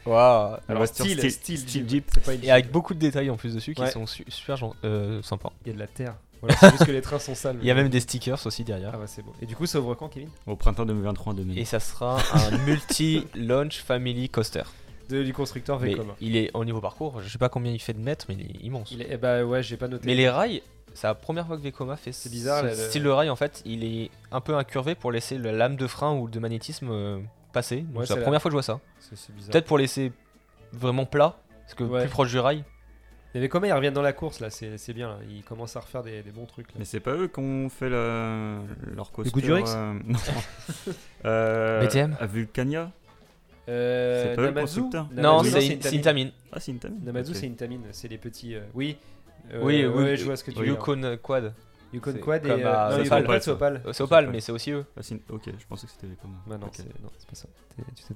[SPEAKER 6] Waouh.
[SPEAKER 5] La
[SPEAKER 4] Alors,
[SPEAKER 5] voiture
[SPEAKER 4] style,
[SPEAKER 5] style-
[SPEAKER 4] style
[SPEAKER 5] style
[SPEAKER 4] Jeep.
[SPEAKER 5] Jeep.
[SPEAKER 4] C'est pas une
[SPEAKER 6] et avec beaucoup de détails en plus dessus qui
[SPEAKER 4] Ouais.
[SPEAKER 6] sont su- super gen- euh, sympas
[SPEAKER 4] Il y a de la terre. Voilà, c'est juste que les trains sont sales.
[SPEAKER 6] il y a même des stickers aussi derrière
[SPEAKER 4] Ah bah c'est beau. Et du coup, ça ouvre quand, Kevin
[SPEAKER 5] Au printemps 2023 de mai.
[SPEAKER 6] et ça sera un multi launch family coaster
[SPEAKER 4] De- Du constructeur
[SPEAKER 6] mais
[SPEAKER 4] Vekoma.
[SPEAKER 6] il est au niveau parcours je sais pas combien il fait de mètres mais il est immense
[SPEAKER 4] Il est... eh bah ouais, j'ai pas noté.
[SPEAKER 6] Mais les rails, c'est la première fois que Vekoma fait
[SPEAKER 4] C'est bizarre,
[SPEAKER 6] ce
[SPEAKER 4] là, le-
[SPEAKER 6] style de rail en fait, il est un peu incurvé pour laisser la lame de frein ou de magnétisme euh, passer.
[SPEAKER 4] Ouais,
[SPEAKER 6] Donc, c'est
[SPEAKER 4] c'est
[SPEAKER 6] la
[SPEAKER 4] la-
[SPEAKER 6] première fois que je vois ça.
[SPEAKER 4] C'est- C'est bizarre.
[SPEAKER 6] Peut-être pour laisser vraiment plat, parce que
[SPEAKER 4] Ouais.
[SPEAKER 6] plus proche du rail.
[SPEAKER 4] Les Vekoma, ils reviennent dans la course là, c'est c'est bien. Là. Ils commencent à refaire des, des bons trucs là.
[SPEAKER 5] Mais c'est pas eux qui ont fait la- leur coaster.
[SPEAKER 4] goût du Rex
[SPEAKER 5] euh, Non. Euh,
[SPEAKER 6] BTM.
[SPEAKER 5] À Vulcania
[SPEAKER 4] Euh,
[SPEAKER 5] C'est pas eux, le constructeur
[SPEAKER 4] Namazu,
[SPEAKER 6] non,
[SPEAKER 5] oui,
[SPEAKER 6] c'est une- c'est une
[SPEAKER 4] Intamin.
[SPEAKER 6] Intamin.
[SPEAKER 5] Ah, c'est une tamine.
[SPEAKER 4] Namazu,
[SPEAKER 5] Ok.
[SPEAKER 4] c'est une tamine. C'est les petits. euh, Oui. euh,
[SPEAKER 6] oui, oui,
[SPEAKER 4] ouais, je vois ce que tu veux. dire.
[SPEAKER 6] Yukon Quad.
[SPEAKER 4] Yukon
[SPEAKER 6] c'est
[SPEAKER 4] Quad et.
[SPEAKER 6] comme
[SPEAKER 4] euh,
[SPEAKER 6] à-
[SPEAKER 4] non,
[SPEAKER 5] ça
[SPEAKER 4] Yukon
[SPEAKER 5] s'appelle
[SPEAKER 4] Quad,
[SPEAKER 5] pas,
[SPEAKER 4] c'est
[SPEAKER 5] ça.
[SPEAKER 4] Opal.
[SPEAKER 6] Euh, C'est Opal, mais c'est aussi eux.
[SPEAKER 5] Ah, c'est une- Ok, je pensais que c'était Vekoma.
[SPEAKER 4] Bah non,
[SPEAKER 5] Ok.
[SPEAKER 4] c'est non, c'est pas ça. T'es- Tu t'es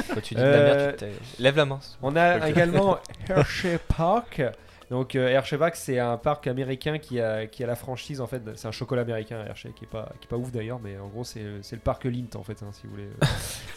[SPEAKER 4] trompé.
[SPEAKER 6] Quand tu dis de la merde,
[SPEAKER 4] Euh,
[SPEAKER 6] tu t'es- lève la main.
[SPEAKER 4] On a
[SPEAKER 5] Ok.
[SPEAKER 4] également Hershey Park. Donc euh, Hershey Park, c'est un parc américain qui a, qui a la franchise en fait. C'est un chocolat américain Hershey qui est pas, qui est pas ouf d'ailleurs, mais en gros c'est c'est le parc Lint en fait, hein, si vous voulez.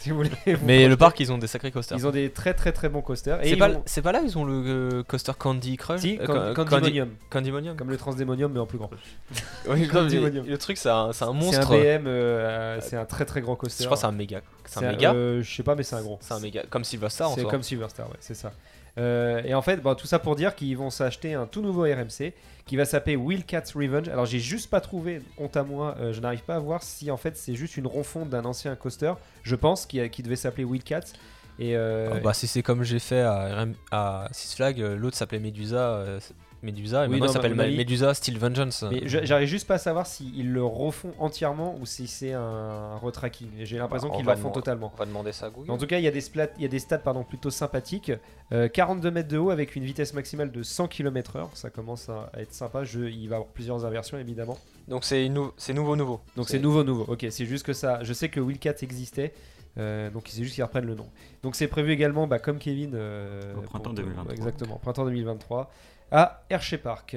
[SPEAKER 4] euh, si vous voulez vous
[SPEAKER 6] Mais le
[SPEAKER 4] projeter.
[SPEAKER 6] parc, ils ont des sacrés coasters.
[SPEAKER 4] ils ont des très très très bons coasters. Et
[SPEAKER 6] C'est
[SPEAKER 4] ils
[SPEAKER 6] pas,
[SPEAKER 4] vont-
[SPEAKER 6] c'est pas là ils ont le euh, coaster Candy Crush
[SPEAKER 4] Si,
[SPEAKER 6] euh,
[SPEAKER 4] Cand-
[SPEAKER 6] Ca-
[SPEAKER 4] Candymonium,
[SPEAKER 6] Candymonium
[SPEAKER 4] comme le Transdémonium mais en plus grand.
[SPEAKER 6] Oui, non, mais
[SPEAKER 4] Candymonium.
[SPEAKER 6] Le truc, c'est un, c'est un
[SPEAKER 4] C'est
[SPEAKER 6] monstre.
[SPEAKER 4] un BM, euh, euh, c'est un très très grand coaster.
[SPEAKER 6] Je crois que c'est un méga. C'est
[SPEAKER 4] C'est
[SPEAKER 6] un méga.
[SPEAKER 4] euh, je sais pas, mais c'est un gros.
[SPEAKER 6] C'est un méga, comme Silver Star en
[SPEAKER 4] C'est
[SPEAKER 6] soi.
[SPEAKER 4] comme Silverstar, ouais, c'est ça. Euh, et en fait, bon, tout ça pour dire qu'ils vont s'acheter un tout nouveau RMC qui va s'appeler Wildcats Revenge. Alors, j'ai juste pas trouvé, honte à moi, euh, je n'arrive pas à voir si en fait c'est juste une ronfonde d'un ancien coaster, je pense, qui, qui devait s'appeler Wildcats. Et euh,
[SPEAKER 6] Ah bah, si c'est comme j'ai fait à, RM à Six Flags, euh, l'autre s'appelait Medusa, euh, Medusa et
[SPEAKER 4] Oui,
[SPEAKER 6] maintenant
[SPEAKER 4] non,
[SPEAKER 6] il s'appelle
[SPEAKER 4] mais-
[SPEAKER 6] Ma- Medusa Steel Vengeance.
[SPEAKER 4] mais je- j'arrive juste pas à savoir s'ils le refont entièrement ou si c'est un retracking. Et J'ai l'impression
[SPEAKER 6] Bah, on
[SPEAKER 4] qu'ils
[SPEAKER 6] va
[SPEAKER 4] le font
[SPEAKER 6] demander-
[SPEAKER 4] totalement.
[SPEAKER 6] va demander ça à Google.
[SPEAKER 4] En tout cas, il y a des, splat- il y a des stats pardon, plutôt sympathiques. Euh, 42 mètres de haut avec une vitesse maximale de 100 km/h. Ça commence à à être sympa. Je, il va y avoir plusieurs inversions, évidemment.
[SPEAKER 6] Donc c'est nou- c'est nouveau, nouveau.
[SPEAKER 4] Donc c'est nouveau, nouveau. Ok, c'est juste que ça. Je sais que Wildcat existait. euh, donc c'est juste qu'ils reprennent le nom. Donc c'est prévu également, bah, comme Kevin. euh,
[SPEAKER 5] Au printemps 2023.
[SPEAKER 4] Exactement, printemps 2023 à Hershey Park.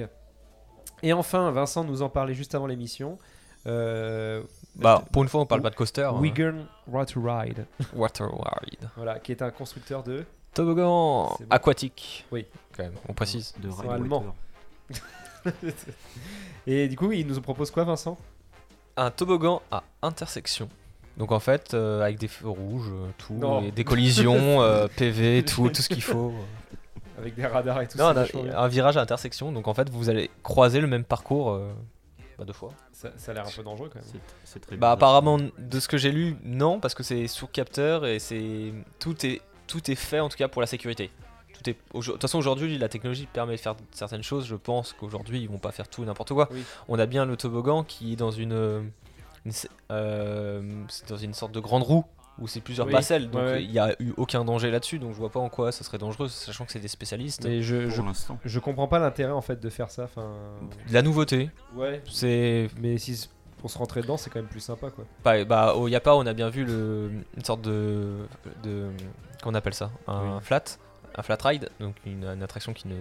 [SPEAKER 4] Et enfin, Vincent nous en parlait juste avant l'émission. Euh,
[SPEAKER 6] Bah, pour une fois, on parle pas de coaster. hein.
[SPEAKER 4] Wigan Water Ride,
[SPEAKER 6] Water Ride.
[SPEAKER 4] voilà, qui est un constructeur de.
[SPEAKER 6] Toboggan
[SPEAKER 4] C'est bon.
[SPEAKER 6] aquatique.
[SPEAKER 4] Oui.
[SPEAKER 6] Quand même, on précise.
[SPEAKER 5] De
[SPEAKER 4] sont
[SPEAKER 5] Ride
[SPEAKER 4] allemands.
[SPEAKER 5] Water.
[SPEAKER 4] Et du coup, il nous propose quoi, Vincent
[SPEAKER 6] Un toboggan à intersection. Donc en fait, euh, avec des feux rouges, euh, tout,
[SPEAKER 4] Non.
[SPEAKER 6] et des collisions, euh, PV, tout, tout ce qu'il faut.
[SPEAKER 4] Avec des radars et tout
[SPEAKER 6] Non,
[SPEAKER 4] c'est
[SPEAKER 6] un,
[SPEAKER 4] vachement bien.
[SPEAKER 6] un virage à intersection, donc en fait vous allez croiser le même parcours euh, bah, deux fois.
[SPEAKER 4] Ça, ça a l'air un peu dangereux quand même.
[SPEAKER 5] C'est- C'est très
[SPEAKER 6] Bah
[SPEAKER 5] bizarre.
[SPEAKER 6] apparemment de ce que j'ai lu, non, parce que c'est sous capteur et c'est tout est tout est fait en tout cas pour la sécurité. Tout est aujo- de toute façon aujourd'hui la technologie permet de faire certaines choses. Je pense qu'aujourd'hui ils vont pas faire tout et n'importe quoi.
[SPEAKER 4] Oui.
[SPEAKER 6] On a bien le toboggan qui est dans une, euh, une s- euh, c'est dans une sorte de grande roue où c'est plusieurs
[SPEAKER 4] Oui.
[SPEAKER 6] passerelles. Donc
[SPEAKER 4] Ouais, ouais.
[SPEAKER 6] il n'y a eu aucun danger là-dessus. Donc je vois pas en quoi ça serait dangereux, sachant que c'est des spécialistes.
[SPEAKER 4] Mais je, je,
[SPEAKER 5] pour l'instant.
[SPEAKER 4] je comprends pas l'intérêt en fait de faire ça. Enfin,
[SPEAKER 6] De La nouveauté,
[SPEAKER 4] ouais.
[SPEAKER 6] c'est
[SPEAKER 4] Mais si c'est- pour se rentrer dedans, c'est quand même plus sympa quoi.
[SPEAKER 6] pas. Bah, au Yapa, on a bien vu le, une sorte de. de qu'on appelle ça Un
[SPEAKER 4] Oui.
[SPEAKER 6] flat. Un flat ride. Donc une, une attraction qui ne.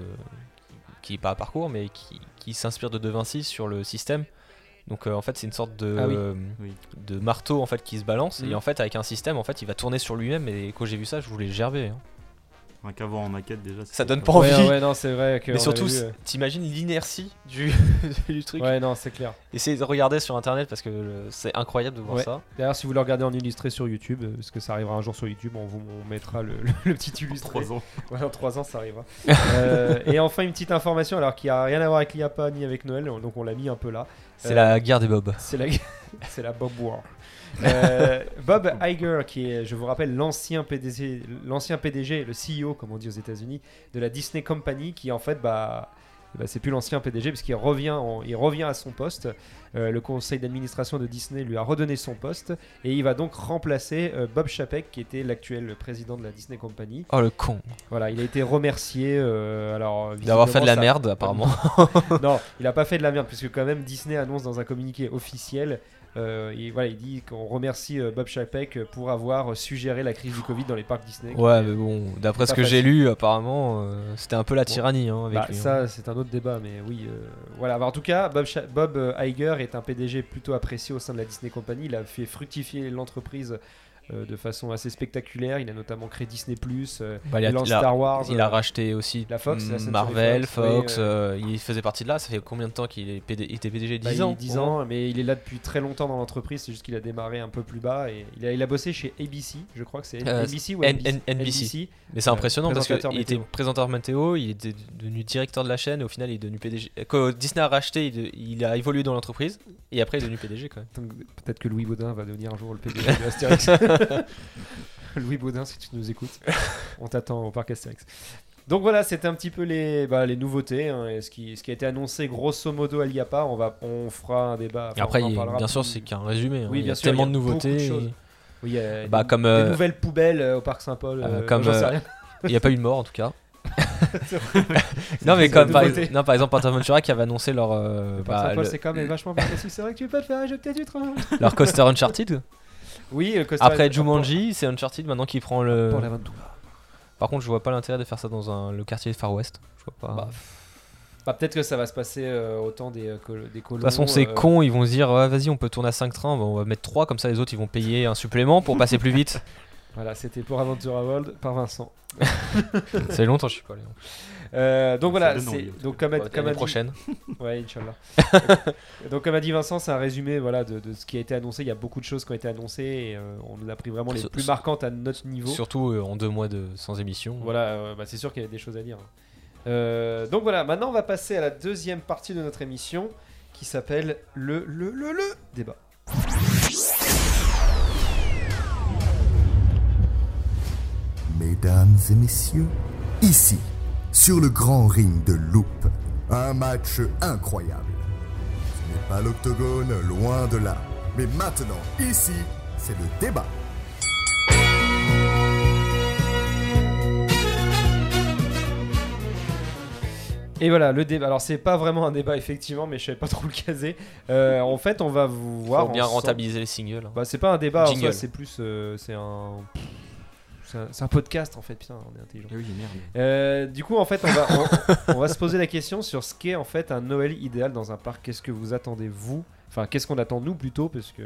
[SPEAKER 6] qui n'est pas à parcours, mais qui, qui s'inspire de De Vinci sur le système. Donc euh, en fait, c'est une sorte de.
[SPEAKER 4] Ah oui.
[SPEAKER 5] Oui.
[SPEAKER 6] de marteau en fait qui se balance
[SPEAKER 4] Mhm.
[SPEAKER 6] et en fait avec un système en fait il va tourner sur lui-même et quand j'ai vu ça je voulais gerber hein.
[SPEAKER 5] Rien qu'à voir en maquette déjà.
[SPEAKER 6] ça
[SPEAKER 5] c'est-
[SPEAKER 6] donne pas envie
[SPEAKER 4] Ouais, ouais, non, c'est vrai que.
[SPEAKER 6] mais
[SPEAKER 4] on
[SPEAKER 6] surtout
[SPEAKER 4] avait vu,
[SPEAKER 6] c'est- t'imagines l'inertie du, du
[SPEAKER 4] euh,
[SPEAKER 6] truc
[SPEAKER 4] Ouais, non, c'est clair.
[SPEAKER 6] essayez de regarder sur internet parce que euh, c'est incroyable de voir
[SPEAKER 4] Ouais.
[SPEAKER 6] ça
[SPEAKER 4] D'ailleurs, si vous le regardez en illustré sur YouTube, euh, parce que ça arrivera un jour sur YouTube, on vous on mettra le, le- le petit illustré.
[SPEAKER 5] Trois ans.
[SPEAKER 4] Ouais, en 3 ans, ça arrivera. Euh, et enfin, une petite information, alors qui a rien à voir avec l'IAPA ni avec Noël, donc on l'a mis un peu là.
[SPEAKER 6] c'est
[SPEAKER 4] Euh,
[SPEAKER 6] la guerre des bobs
[SPEAKER 4] C'est la, c'est la Bob War. Euh, Bob Iger, qui est, je vous rappelle, l'ancien PDG, l'ancien PDG, le CEO, comme on dit aux États-Unis, de la Disney Company, qui en fait, bah, bah, c'est plus l'ancien PDG, puisqu'il revient, en- il revient à son poste. Euh, le conseil d'administration de Disney lui a redonné son poste, et il va donc remplacer euh, Bob Chapek, qui était l'actuel président de la Disney Company.
[SPEAKER 6] oh le con
[SPEAKER 4] Voilà, il a été remercié. euh, alors
[SPEAKER 6] d'avoir fait de la
[SPEAKER 4] visiblement, ça-
[SPEAKER 6] merde apparemment
[SPEAKER 4] non, il a pas fait de la merde, puisque quand même Disney annonce dans un communiqué officiel, euh, il, voilà, il dit qu'on remercie euh, Bob Chapek pour avoir suggéré la crise du Covid dans les parcs Disney.
[SPEAKER 6] ouais mais bon d'après
[SPEAKER 4] C'est pas
[SPEAKER 6] ce que j'ai
[SPEAKER 4] facile.
[SPEAKER 6] lu apparemment euh, c'était un peu la tyrannie hein, avec
[SPEAKER 4] Bah,
[SPEAKER 6] lui, hein.
[SPEAKER 4] ça, c'est un autre débat, mais oui. euh, voilà. Bah, en tout cas, Bob, Cha- Bob euh, Iger est un PDG plutôt apprécié au sein de la Disney Company. Il a fait fructifier l'entreprise euh, de façon assez spectaculaire. Il a notamment créé Disney+, euh,
[SPEAKER 6] Bah, il
[SPEAKER 4] il
[SPEAKER 6] a-
[SPEAKER 4] lance
[SPEAKER 6] il a-
[SPEAKER 4] Star Wars.
[SPEAKER 6] Il a
[SPEAKER 4] euh,
[SPEAKER 6] racheté aussi
[SPEAKER 4] la Fox,
[SPEAKER 6] mm,
[SPEAKER 4] la Century
[SPEAKER 6] Marvel,
[SPEAKER 4] Fox, oui,
[SPEAKER 6] Fox,
[SPEAKER 4] euh,
[SPEAKER 6] euh, il faisait partie de là. Ça fait combien de temps qu'il est PD il était PDG 10
[SPEAKER 4] Bah, il-
[SPEAKER 6] ans
[SPEAKER 4] 10 ans, mais il est là depuis très longtemps dans l'entreprise, c'est juste qu'il a démarré un peu plus bas et il a, il a bossé chez ABC, je crois que c'est
[SPEAKER 6] Euh,
[SPEAKER 4] ABC ou
[SPEAKER 6] N-
[SPEAKER 4] NBC,
[SPEAKER 6] N- NBC. Mais c'est impressionnant parce
[SPEAKER 4] présentateur
[SPEAKER 6] qu'il était
[SPEAKER 4] météo.
[SPEAKER 6] présentateur météo, il était devenu directeur de la chaîne et au final il est devenu PDG. Quand Disney a racheté, il, il a évolué dans l'entreprise et après il est devenu PDG quand même.
[SPEAKER 4] Donc, Peut-être que Louis Baudin va devenir un jour le PDG de Astérix. Louis Baudin, si tu nous écoutes, on t'attend au parc Astérix. Donc voilà, c'était un petit peu les, bah, les nouveautés, hein, et ce, qui, ce qui a été annoncé grosso modo à l'IAPA. On, va, on fera un débat.
[SPEAKER 6] Et
[SPEAKER 4] enfin,
[SPEAKER 6] après,
[SPEAKER 4] on en
[SPEAKER 6] il y a-
[SPEAKER 4] parlera
[SPEAKER 6] bien sûr,
[SPEAKER 4] plus-
[SPEAKER 6] c'est qu'un résumé. hein.
[SPEAKER 4] Oui,
[SPEAKER 6] il y
[SPEAKER 4] bien
[SPEAKER 6] a
[SPEAKER 4] sûr,
[SPEAKER 6] tellement
[SPEAKER 4] il y
[SPEAKER 6] de
[SPEAKER 4] a beaucoup de
[SPEAKER 6] nouveautés. et-
[SPEAKER 4] choses. Oui, il y a
[SPEAKER 6] Bah,
[SPEAKER 4] des,
[SPEAKER 6] comme
[SPEAKER 4] des
[SPEAKER 6] euh,
[SPEAKER 4] nouvelles poubelles euh, au parc Saint-Paul.
[SPEAKER 6] euh,
[SPEAKER 4] euh,
[SPEAKER 6] comme,
[SPEAKER 4] j'en sais
[SPEAKER 6] euh,
[SPEAKER 4] rien.
[SPEAKER 6] il n'y a pas eu de mort en tout cas. non, mais
[SPEAKER 4] C'est
[SPEAKER 6] comme
[SPEAKER 4] une
[SPEAKER 6] par,
[SPEAKER 4] nouveauté.
[SPEAKER 6] non, par exemple, Pentaventura qui avait annoncé leur, euh,
[SPEAKER 4] Parc
[SPEAKER 6] bah,
[SPEAKER 4] Saint-Paul,
[SPEAKER 6] le-
[SPEAKER 4] c'est quand même vachement bien précis. C'est vrai que tu peux te faire éjecter du train.
[SPEAKER 6] leur coaster Uncharted.
[SPEAKER 4] Oui, le coaster
[SPEAKER 6] Après
[SPEAKER 4] est-
[SPEAKER 6] Jumanji, euh, c'est Uncharted maintenant qui prend le.
[SPEAKER 4] Pour la Ventoula.
[SPEAKER 6] Par contre, je vois pas l'intérêt de faire ça dans un- le quartier Far West. Je vois pas.
[SPEAKER 4] Bah, Bah, peut-être que ça va se passer euh, au temps des, euh, col- des colons.
[SPEAKER 6] De toute façon, c'est
[SPEAKER 4] euh,
[SPEAKER 6] con, ils vont se dire Ah, vas-y, on peut tourner à 5 trains, bah, on va mettre 3, comme ça les autres ils vont payer un supplément pour passer plus vite.
[SPEAKER 4] Voilà, c'était pour Aventura World par Vincent.
[SPEAKER 6] c'est longtemps, je suis pas allé. hein.
[SPEAKER 4] Euh, donc voilà,
[SPEAKER 5] donne
[SPEAKER 4] c'est-
[SPEAKER 5] envie, en tout
[SPEAKER 4] donc comme, a-
[SPEAKER 6] L'année
[SPEAKER 4] comme a dit-
[SPEAKER 6] prochaine.
[SPEAKER 4] Ouais, Inch'Allah. donc comme a dit Vincent, c'est un résumé voilà, de, de ce qui a été annoncé. Il y a beaucoup de choses qui ont été annoncées et euh, on nous a pris vraiment les
[SPEAKER 6] Sur-
[SPEAKER 4] plus
[SPEAKER 6] sur-
[SPEAKER 4] marquantes à notre niveau.
[SPEAKER 6] Surtout euh, en 2 mois de sans émission.
[SPEAKER 4] Voilà, euh, bah, c'est sûr qu'il y avait des choses à dire. hein. Euh, donc voilà, maintenant on va passer à la deuxième partie de notre émission qui s'appelle le, le, le, le débat.
[SPEAKER 2] Mesdames et messieurs, ici, sur le grand ring de Loupe, un match incroyable. Ce n'est pas l'octogone, loin de là. Mais maintenant, ici, c'est le débat.
[SPEAKER 4] Et voilà, le débat. Alors c'est pas vraiment un débat effectivement, mais je savais pas trop le caser. Euh, en fait, on va vous
[SPEAKER 6] Faut
[SPEAKER 4] voir.
[SPEAKER 6] bien
[SPEAKER 4] ensemble-
[SPEAKER 6] rentabiliser les singles. hein.
[SPEAKER 4] Bah c'est pas un débat, en soi,
[SPEAKER 6] Jingle.
[SPEAKER 4] c'est plus euh, c'est un c'est un, c'est un podcast en fait, putain, on est intelligent.
[SPEAKER 5] Ah
[SPEAKER 6] Eh
[SPEAKER 5] oui, merde.
[SPEAKER 4] Euh, du coup, en fait, on va, on, on va se poser la question sur ce qu'est en fait un Noël idéal dans un parc. Qu'est-ce que vous attendez vous Enfin, qu'est-ce qu'on attend nous plutôt Parce que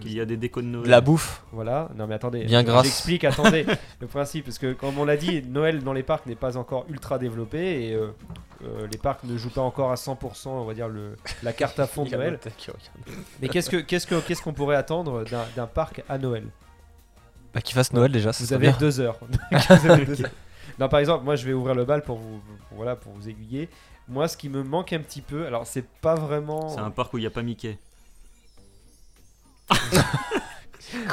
[SPEAKER 5] Qu'il y a des décos de Noël.
[SPEAKER 6] De la bouffe.
[SPEAKER 4] voilà. Non, mais attendez.
[SPEAKER 6] Bien grasse.
[SPEAKER 4] J'explique. Attendez le principe, parce que comme on l'a dit, Noël dans les parcs n'est pas encore ultra développé et euh, euh, les parcs ne jouent pas encore à 100%, on va dire le, la carte à fond de Noël. Mais qu'est-ce que qu'est-ce que qu'est-ce qu'on pourrait attendre d'un d'un parc à Noël
[SPEAKER 6] Bah, qu'il fasse Noël déjà, ça
[SPEAKER 4] Vous
[SPEAKER 6] serait
[SPEAKER 4] avez
[SPEAKER 6] bien.
[SPEAKER 4] deux heures. Vous avez deux heures. Non, par exemple, moi je vais ouvrir le bal pour vous, pour- voilà, pour vous aiguiller. Moi, ce qui me manque un petit peu, alors c'est pas vraiment.
[SPEAKER 5] C'est un parc où il n'y a pas Mickey.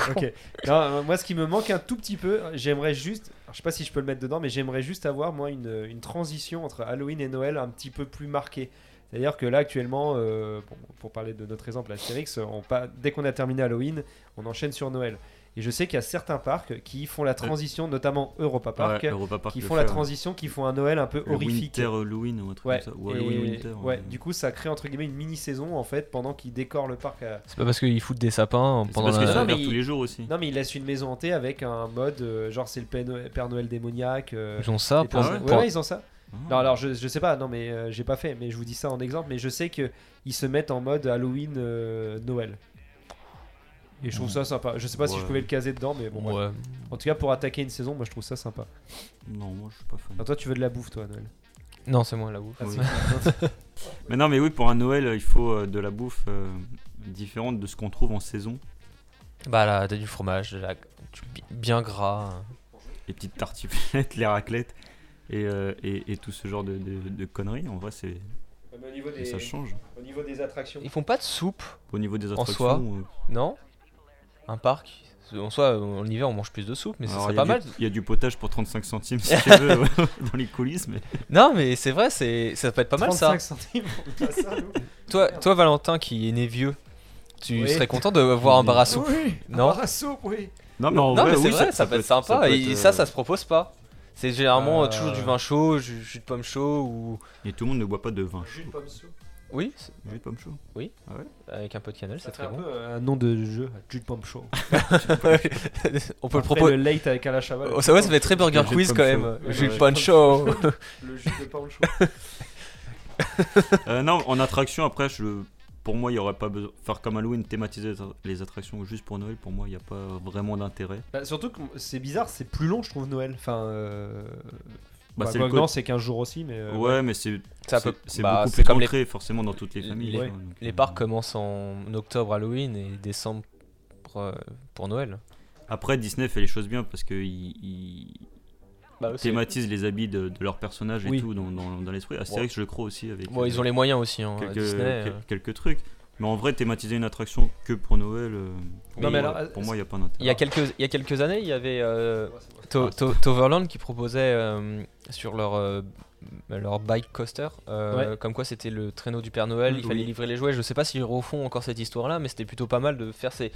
[SPEAKER 4] Ok. Non, euh, moi, ce qui me manque un tout petit peu, j'aimerais juste, alors, je sais pas si je peux le mettre dedans, mais j'aimerais juste avoir moi une, euh, une transition entre Halloween et Noël un petit peu plus marquée. C'est-à-dire que là actuellement, euh, bon, pour parler de notre exemple Astérix, on pas, dès qu'on a terminé Halloween, on enchaîne sur Noël. Et je sais qu'il y a certains parcs qui font la transition, notamment Europa Park,
[SPEAKER 5] Euh, Ouais, Europa Park
[SPEAKER 4] qui
[SPEAKER 5] le
[SPEAKER 4] font
[SPEAKER 5] fait,
[SPEAKER 4] la
[SPEAKER 5] ouais.
[SPEAKER 4] transition, qui font un Noël un peu
[SPEAKER 5] Le
[SPEAKER 4] horrifique.
[SPEAKER 5] Winter Halloween ou un truc
[SPEAKER 4] Ouais,
[SPEAKER 5] comme ça. Ou
[SPEAKER 4] et-
[SPEAKER 5] Halloween Winter.
[SPEAKER 4] ouais,
[SPEAKER 5] euh,
[SPEAKER 4] du coup, ça crée entre guillemets une mini-saison en fait pendant qu'ils décorent le parc. à-
[SPEAKER 6] C'est pas parce qu'ils foutent des sapins
[SPEAKER 5] c'est
[SPEAKER 6] pendant
[SPEAKER 5] parce que
[SPEAKER 4] la-
[SPEAKER 5] ça
[SPEAKER 4] Non, mais
[SPEAKER 5] ouvert tous
[SPEAKER 4] il-
[SPEAKER 5] les jours aussi.
[SPEAKER 4] Non, mais ils laissent une maison hantée avec un mode euh, genre c'est le Père Noël, Père Noël démoniaque. euh,
[SPEAKER 6] Ils ont ça
[SPEAKER 4] et
[SPEAKER 6] pour.
[SPEAKER 4] tout ça.
[SPEAKER 5] ouais
[SPEAKER 6] pour-
[SPEAKER 4] Ouais, ouais, ils ont ça.
[SPEAKER 5] Ah.
[SPEAKER 4] Non, alors je, je sais pas, non, mais euh, j'ai pas fait, mais je vous dis ça en exemple, mais je sais que ils se mettent en mode Halloween euh, Noël. Et je trouve
[SPEAKER 5] Mm.
[SPEAKER 4] ça sympa. Je sais pas si je
[SPEAKER 5] Ouais.
[SPEAKER 4] pouvais le caser dedans, mais bon. bref.
[SPEAKER 6] Ouais.
[SPEAKER 4] En tout cas, pour attaquer une saison, moi je trouve ça sympa.
[SPEAKER 5] Non, moi je suis pas fan.
[SPEAKER 4] Alors, toi, tu veux de la bouffe, toi, Noël
[SPEAKER 6] Non, c'est moi la bouffe.
[SPEAKER 4] Ah,
[SPEAKER 5] Oui.
[SPEAKER 4] c'est-
[SPEAKER 5] Mais non, mais oui, pour un Noël, euh, il faut euh, de la bouffe euh, différente de ce qu'on trouve en saison.
[SPEAKER 6] Bah là, t'as du fromage, de la- du bi- bien gras. hein.
[SPEAKER 5] Les petites tartiflettes, les raclettes et, euh, et, et tout ce genre de, de- de conneries. En vrai, c'est
[SPEAKER 4] Ouais, mais au, niveau des,
[SPEAKER 5] ça change.
[SPEAKER 4] au niveau des attractions,
[SPEAKER 6] Ils font pas de soupe,
[SPEAKER 5] Au niveau des
[SPEAKER 6] En
[SPEAKER 5] attractions.
[SPEAKER 6] soi,
[SPEAKER 5] euh,
[SPEAKER 6] non Un parc En soit en hiver, on mange plus de soupe, mais ça
[SPEAKER 5] alors,
[SPEAKER 6] serait
[SPEAKER 5] il y
[SPEAKER 6] pas
[SPEAKER 5] a
[SPEAKER 6] mal.
[SPEAKER 5] du- Il y a du potage pour 35 centimes si tu veux dans les coulisses, mais
[SPEAKER 6] Non, mais c'est vrai, c'est ça peut être pas mal ça.
[SPEAKER 4] 35 centimes, on a ça, nous.
[SPEAKER 6] Toi, toi, Valentin, qui est né vieux, tu
[SPEAKER 4] Oui.
[SPEAKER 6] serais content d'avoir un bar à Ah, soupe
[SPEAKER 4] Oui, un
[SPEAKER 6] Non.
[SPEAKER 4] bar à soupe, oui.
[SPEAKER 5] non, mais en
[SPEAKER 6] Non,
[SPEAKER 5] vrai,
[SPEAKER 6] mais c'est
[SPEAKER 5] oui,
[SPEAKER 6] vrai, ça, peut être sympa. et
[SPEAKER 5] être,
[SPEAKER 6] ça,
[SPEAKER 5] euh,
[SPEAKER 6] ça se propose pas. C'est généralement
[SPEAKER 4] Euh,
[SPEAKER 6] toujours du vin chaud, du jus de pomme chaud ou.
[SPEAKER 5] Et tout le monde ne boit pas de vin chaud.
[SPEAKER 4] Jus de pomme soupe.
[SPEAKER 6] Oui, c'est-
[SPEAKER 5] Jus de pomme chaud.
[SPEAKER 6] avec un peu de cannelle, c'est
[SPEAKER 4] Ça fait
[SPEAKER 6] très
[SPEAKER 4] un peu
[SPEAKER 6] bon.
[SPEAKER 4] euh, un nom de jeu, jus de pomme chaud.
[SPEAKER 6] on peut le
[SPEAKER 4] Après,
[SPEAKER 6] proposer.
[SPEAKER 4] le late avec Alain Chaval.
[SPEAKER 6] Oh, ça ouais, ça fait très Burger
[SPEAKER 5] Le jus de
[SPEAKER 6] Quiz
[SPEAKER 5] pomme
[SPEAKER 6] quand
[SPEAKER 5] chaud.
[SPEAKER 6] même.
[SPEAKER 4] Ouais,
[SPEAKER 6] Jus de
[SPEAKER 4] ouais.
[SPEAKER 6] pomme chaud.
[SPEAKER 4] Le jus de pomme chaud.
[SPEAKER 5] Euh, non, en attraction, après, je, pour moi, il n'y aurait pas besoin. Faire comme Halloween, thématiser les- les attractions juste pour Noël, pour moi, il n'y a pas vraiment d'intérêt.
[SPEAKER 4] Bah, surtout que c'est bizarre, c'est plus long, je trouve, Noël. Enfin, euh...
[SPEAKER 5] Bah,
[SPEAKER 4] bah,
[SPEAKER 5] c'est
[SPEAKER 4] quoi
[SPEAKER 5] le
[SPEAKER 4] que non,
[SPEAKER 5] côté-
[SPEAKER 4] c'est 15 jours aussi, mais. euh,
[SPEAKER 5] ouais, mais c'est
[SPEAKER 6] C'est un
[SPEAKER 5] c'est-
[SPEAKER 6] peu-
[SPEAKER 5] c'est
[SPEAKER 6] bah,
[SPEAKER 5] beaucoup
[SPEAKER 6] c'est
[SPEAKER 5] plus
[SPEAKER 6] comme les-
[SPEAKER 5] ancré, forcément, dans toutes les
[SPEAKER 6] les-
[SPEAKER 5] familles.
[SPEAKER 4] ouais.
[SPEAKER 5] quoi, donc,
[SPEAKER 6] Les
[SPEAKER 5] euh,
[SPEAKER 6] parcs commencent en octobre Halloween et décembre pour, euh, pour Noël.
[SPEAKER 5] Après, Disney fait les choses bien parce qu'ils ils
[SPEAKER 6] Bah,
[SPEAKER 5] thématisent les habits de, de leurs personnages et
[SPEAKER 4] Oui.
[SPEAKER 5] tout dans, dans, dans l'esprit. Ah, Astérix, je crois aussi, avec
[SPEAKER 6] Bon,
[SPEAKER 5] euh,
[SPEAKER 6] ils ont les moyens aussi, hein,
[SPEAKER 5] quelques,
[SPEAKER 6] Disney.
[SPEAKER 5] quel-
[SPEAKER 6] euh.
[SPEAKER 5] quelques trucs. Mais en vrai, thématiser une attraction que pour Noël, euh, pour,
[SPEAKER 4] Non, mais
[SPEAKER 5] moi,
[SPEAKER 4] alors,
[SPEAKER 5] pour
[SPEAKER 4] euh,
[SPEAKER 5] moi, il n'y a pas d'intérêt.
[SPEAKER 6] Il y, a quelques, il y a quelques années, il y avait euh,
[SPEAKER 4] ouais, c'est vrai.
[SPEAKER 6] To-
[SPEAKER 5] Ah,
[SPEAKER 6] To- Toverland qui proposait euh, sur leur, euh, leur bike coaster, euh, comme quoi c'était le traîneau du Père Noël, il
[SPEAKER 5] Oui.
[SPEAKER 6] fallait livrer les jouets. Je sais pas s'ils refont encore cette histoire-là, mais c'était plutôt pas mal de faire ces-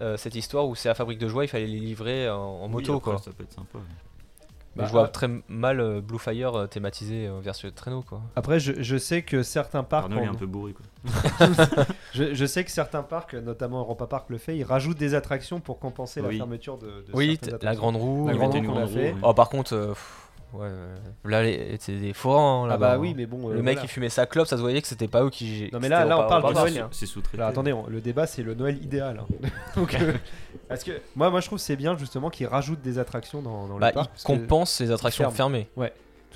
[SPEAKER 6] euh, cette histoire où c'est à fabrique de jouets, il fallait les livrer en, en
[SPEAKER 5] Oui,
[SPEAKER 6] moto.
[SPEAKER 5] après,
[SPEAKER 6] quoi.
[SPEAKER 5] Ça peut être sympa.
[SPEAKER 6] Mais
[SPEAKER 4] Bah,
[SPEAKER 6] je vois
[SPEAKER 4] ah.
[SPEAKER 6] très mal euh, Blue Fire euh, thématisé euh, vers ce traîneau. Quoi.
[SPEAKER 4] Après, je, je sais que certains parcs.
[SPEAKER 5] Arnaud, il est
[SPEAKER 4] en-
[SPEAKER 5] un peu bourré. Quoi.
[SPEAKER 4] je, je sais que certains parcs, notamment Europa Park le fait, ils rajoutent des attractions pour compenser la
[SPEAKER 5] Oui.
[SPEAKER 4] fermeture de. de
[SPEAKER 6] Oui,
[SPEAKER 4] certaines
[SPEAKER 6] la
[SPEAKER 4] attractions.
[SPEAKER 6] grande roue.
[SPEAKER 4] La
[SPEAKER 5] Ils
[SPEAKER 4] grande
[SPEAKER 5] mettaient
[SPEAKER 4] roue qu'on a fait.
[SPEAKER 5] hein. ouais.
[SPEAKER 6] Oh, par contre, euh, pff, ouais, euh, là, les- c'est des forains. hein,
[SPEAKER 4] Ah
[SPEAKER 6] là-bas,
[SPEAKER 4] bah oui,
[SPEAKER 6] hein.
[SPEAKER 4] mais bon.
[SPEAKER 6] Le
[SPEAKER 4] euh,
[SPEAKER 6] mec
[SPEAKER 4] voilà.
[SPEAKER 6] il fumait sa clope, ça se voyait que c'était pas eux qui.
[SPEAKER 4] Non, mais
[SPEAKER 6] que
[SPEAKER 4] là-
[SPEAKER 6] c'était
[SPEAKER 4] là, on
[SPEAKER 6] Europa-
[SPEAKER 4] parle de
[SPEAKER 6] Europa
[SPEAKER 5] Ouais,
[SPEAKER 6] Park.
[SPEAKER 4] Noël, hein.
[SPEAKER 5] c'est- C'est sous-traité.
[SPEAKER 4] Alors, attendez, on- le débat c'est le Noël idéal. hein. Donc, euh, parce que moi, moi je trouve que c'est bien justement qu'ils rajoutent des attractions dans, dans
[SPEAKER 6] Bah,
[SPEAKER 4] le parc.
[SPEAKER 6] ils
[SPEAKER 4] parce que-
[SPEAKER 6] compensent les attractions
[SPEAKER 4] ferment.
[SPEAKER 6] fermées.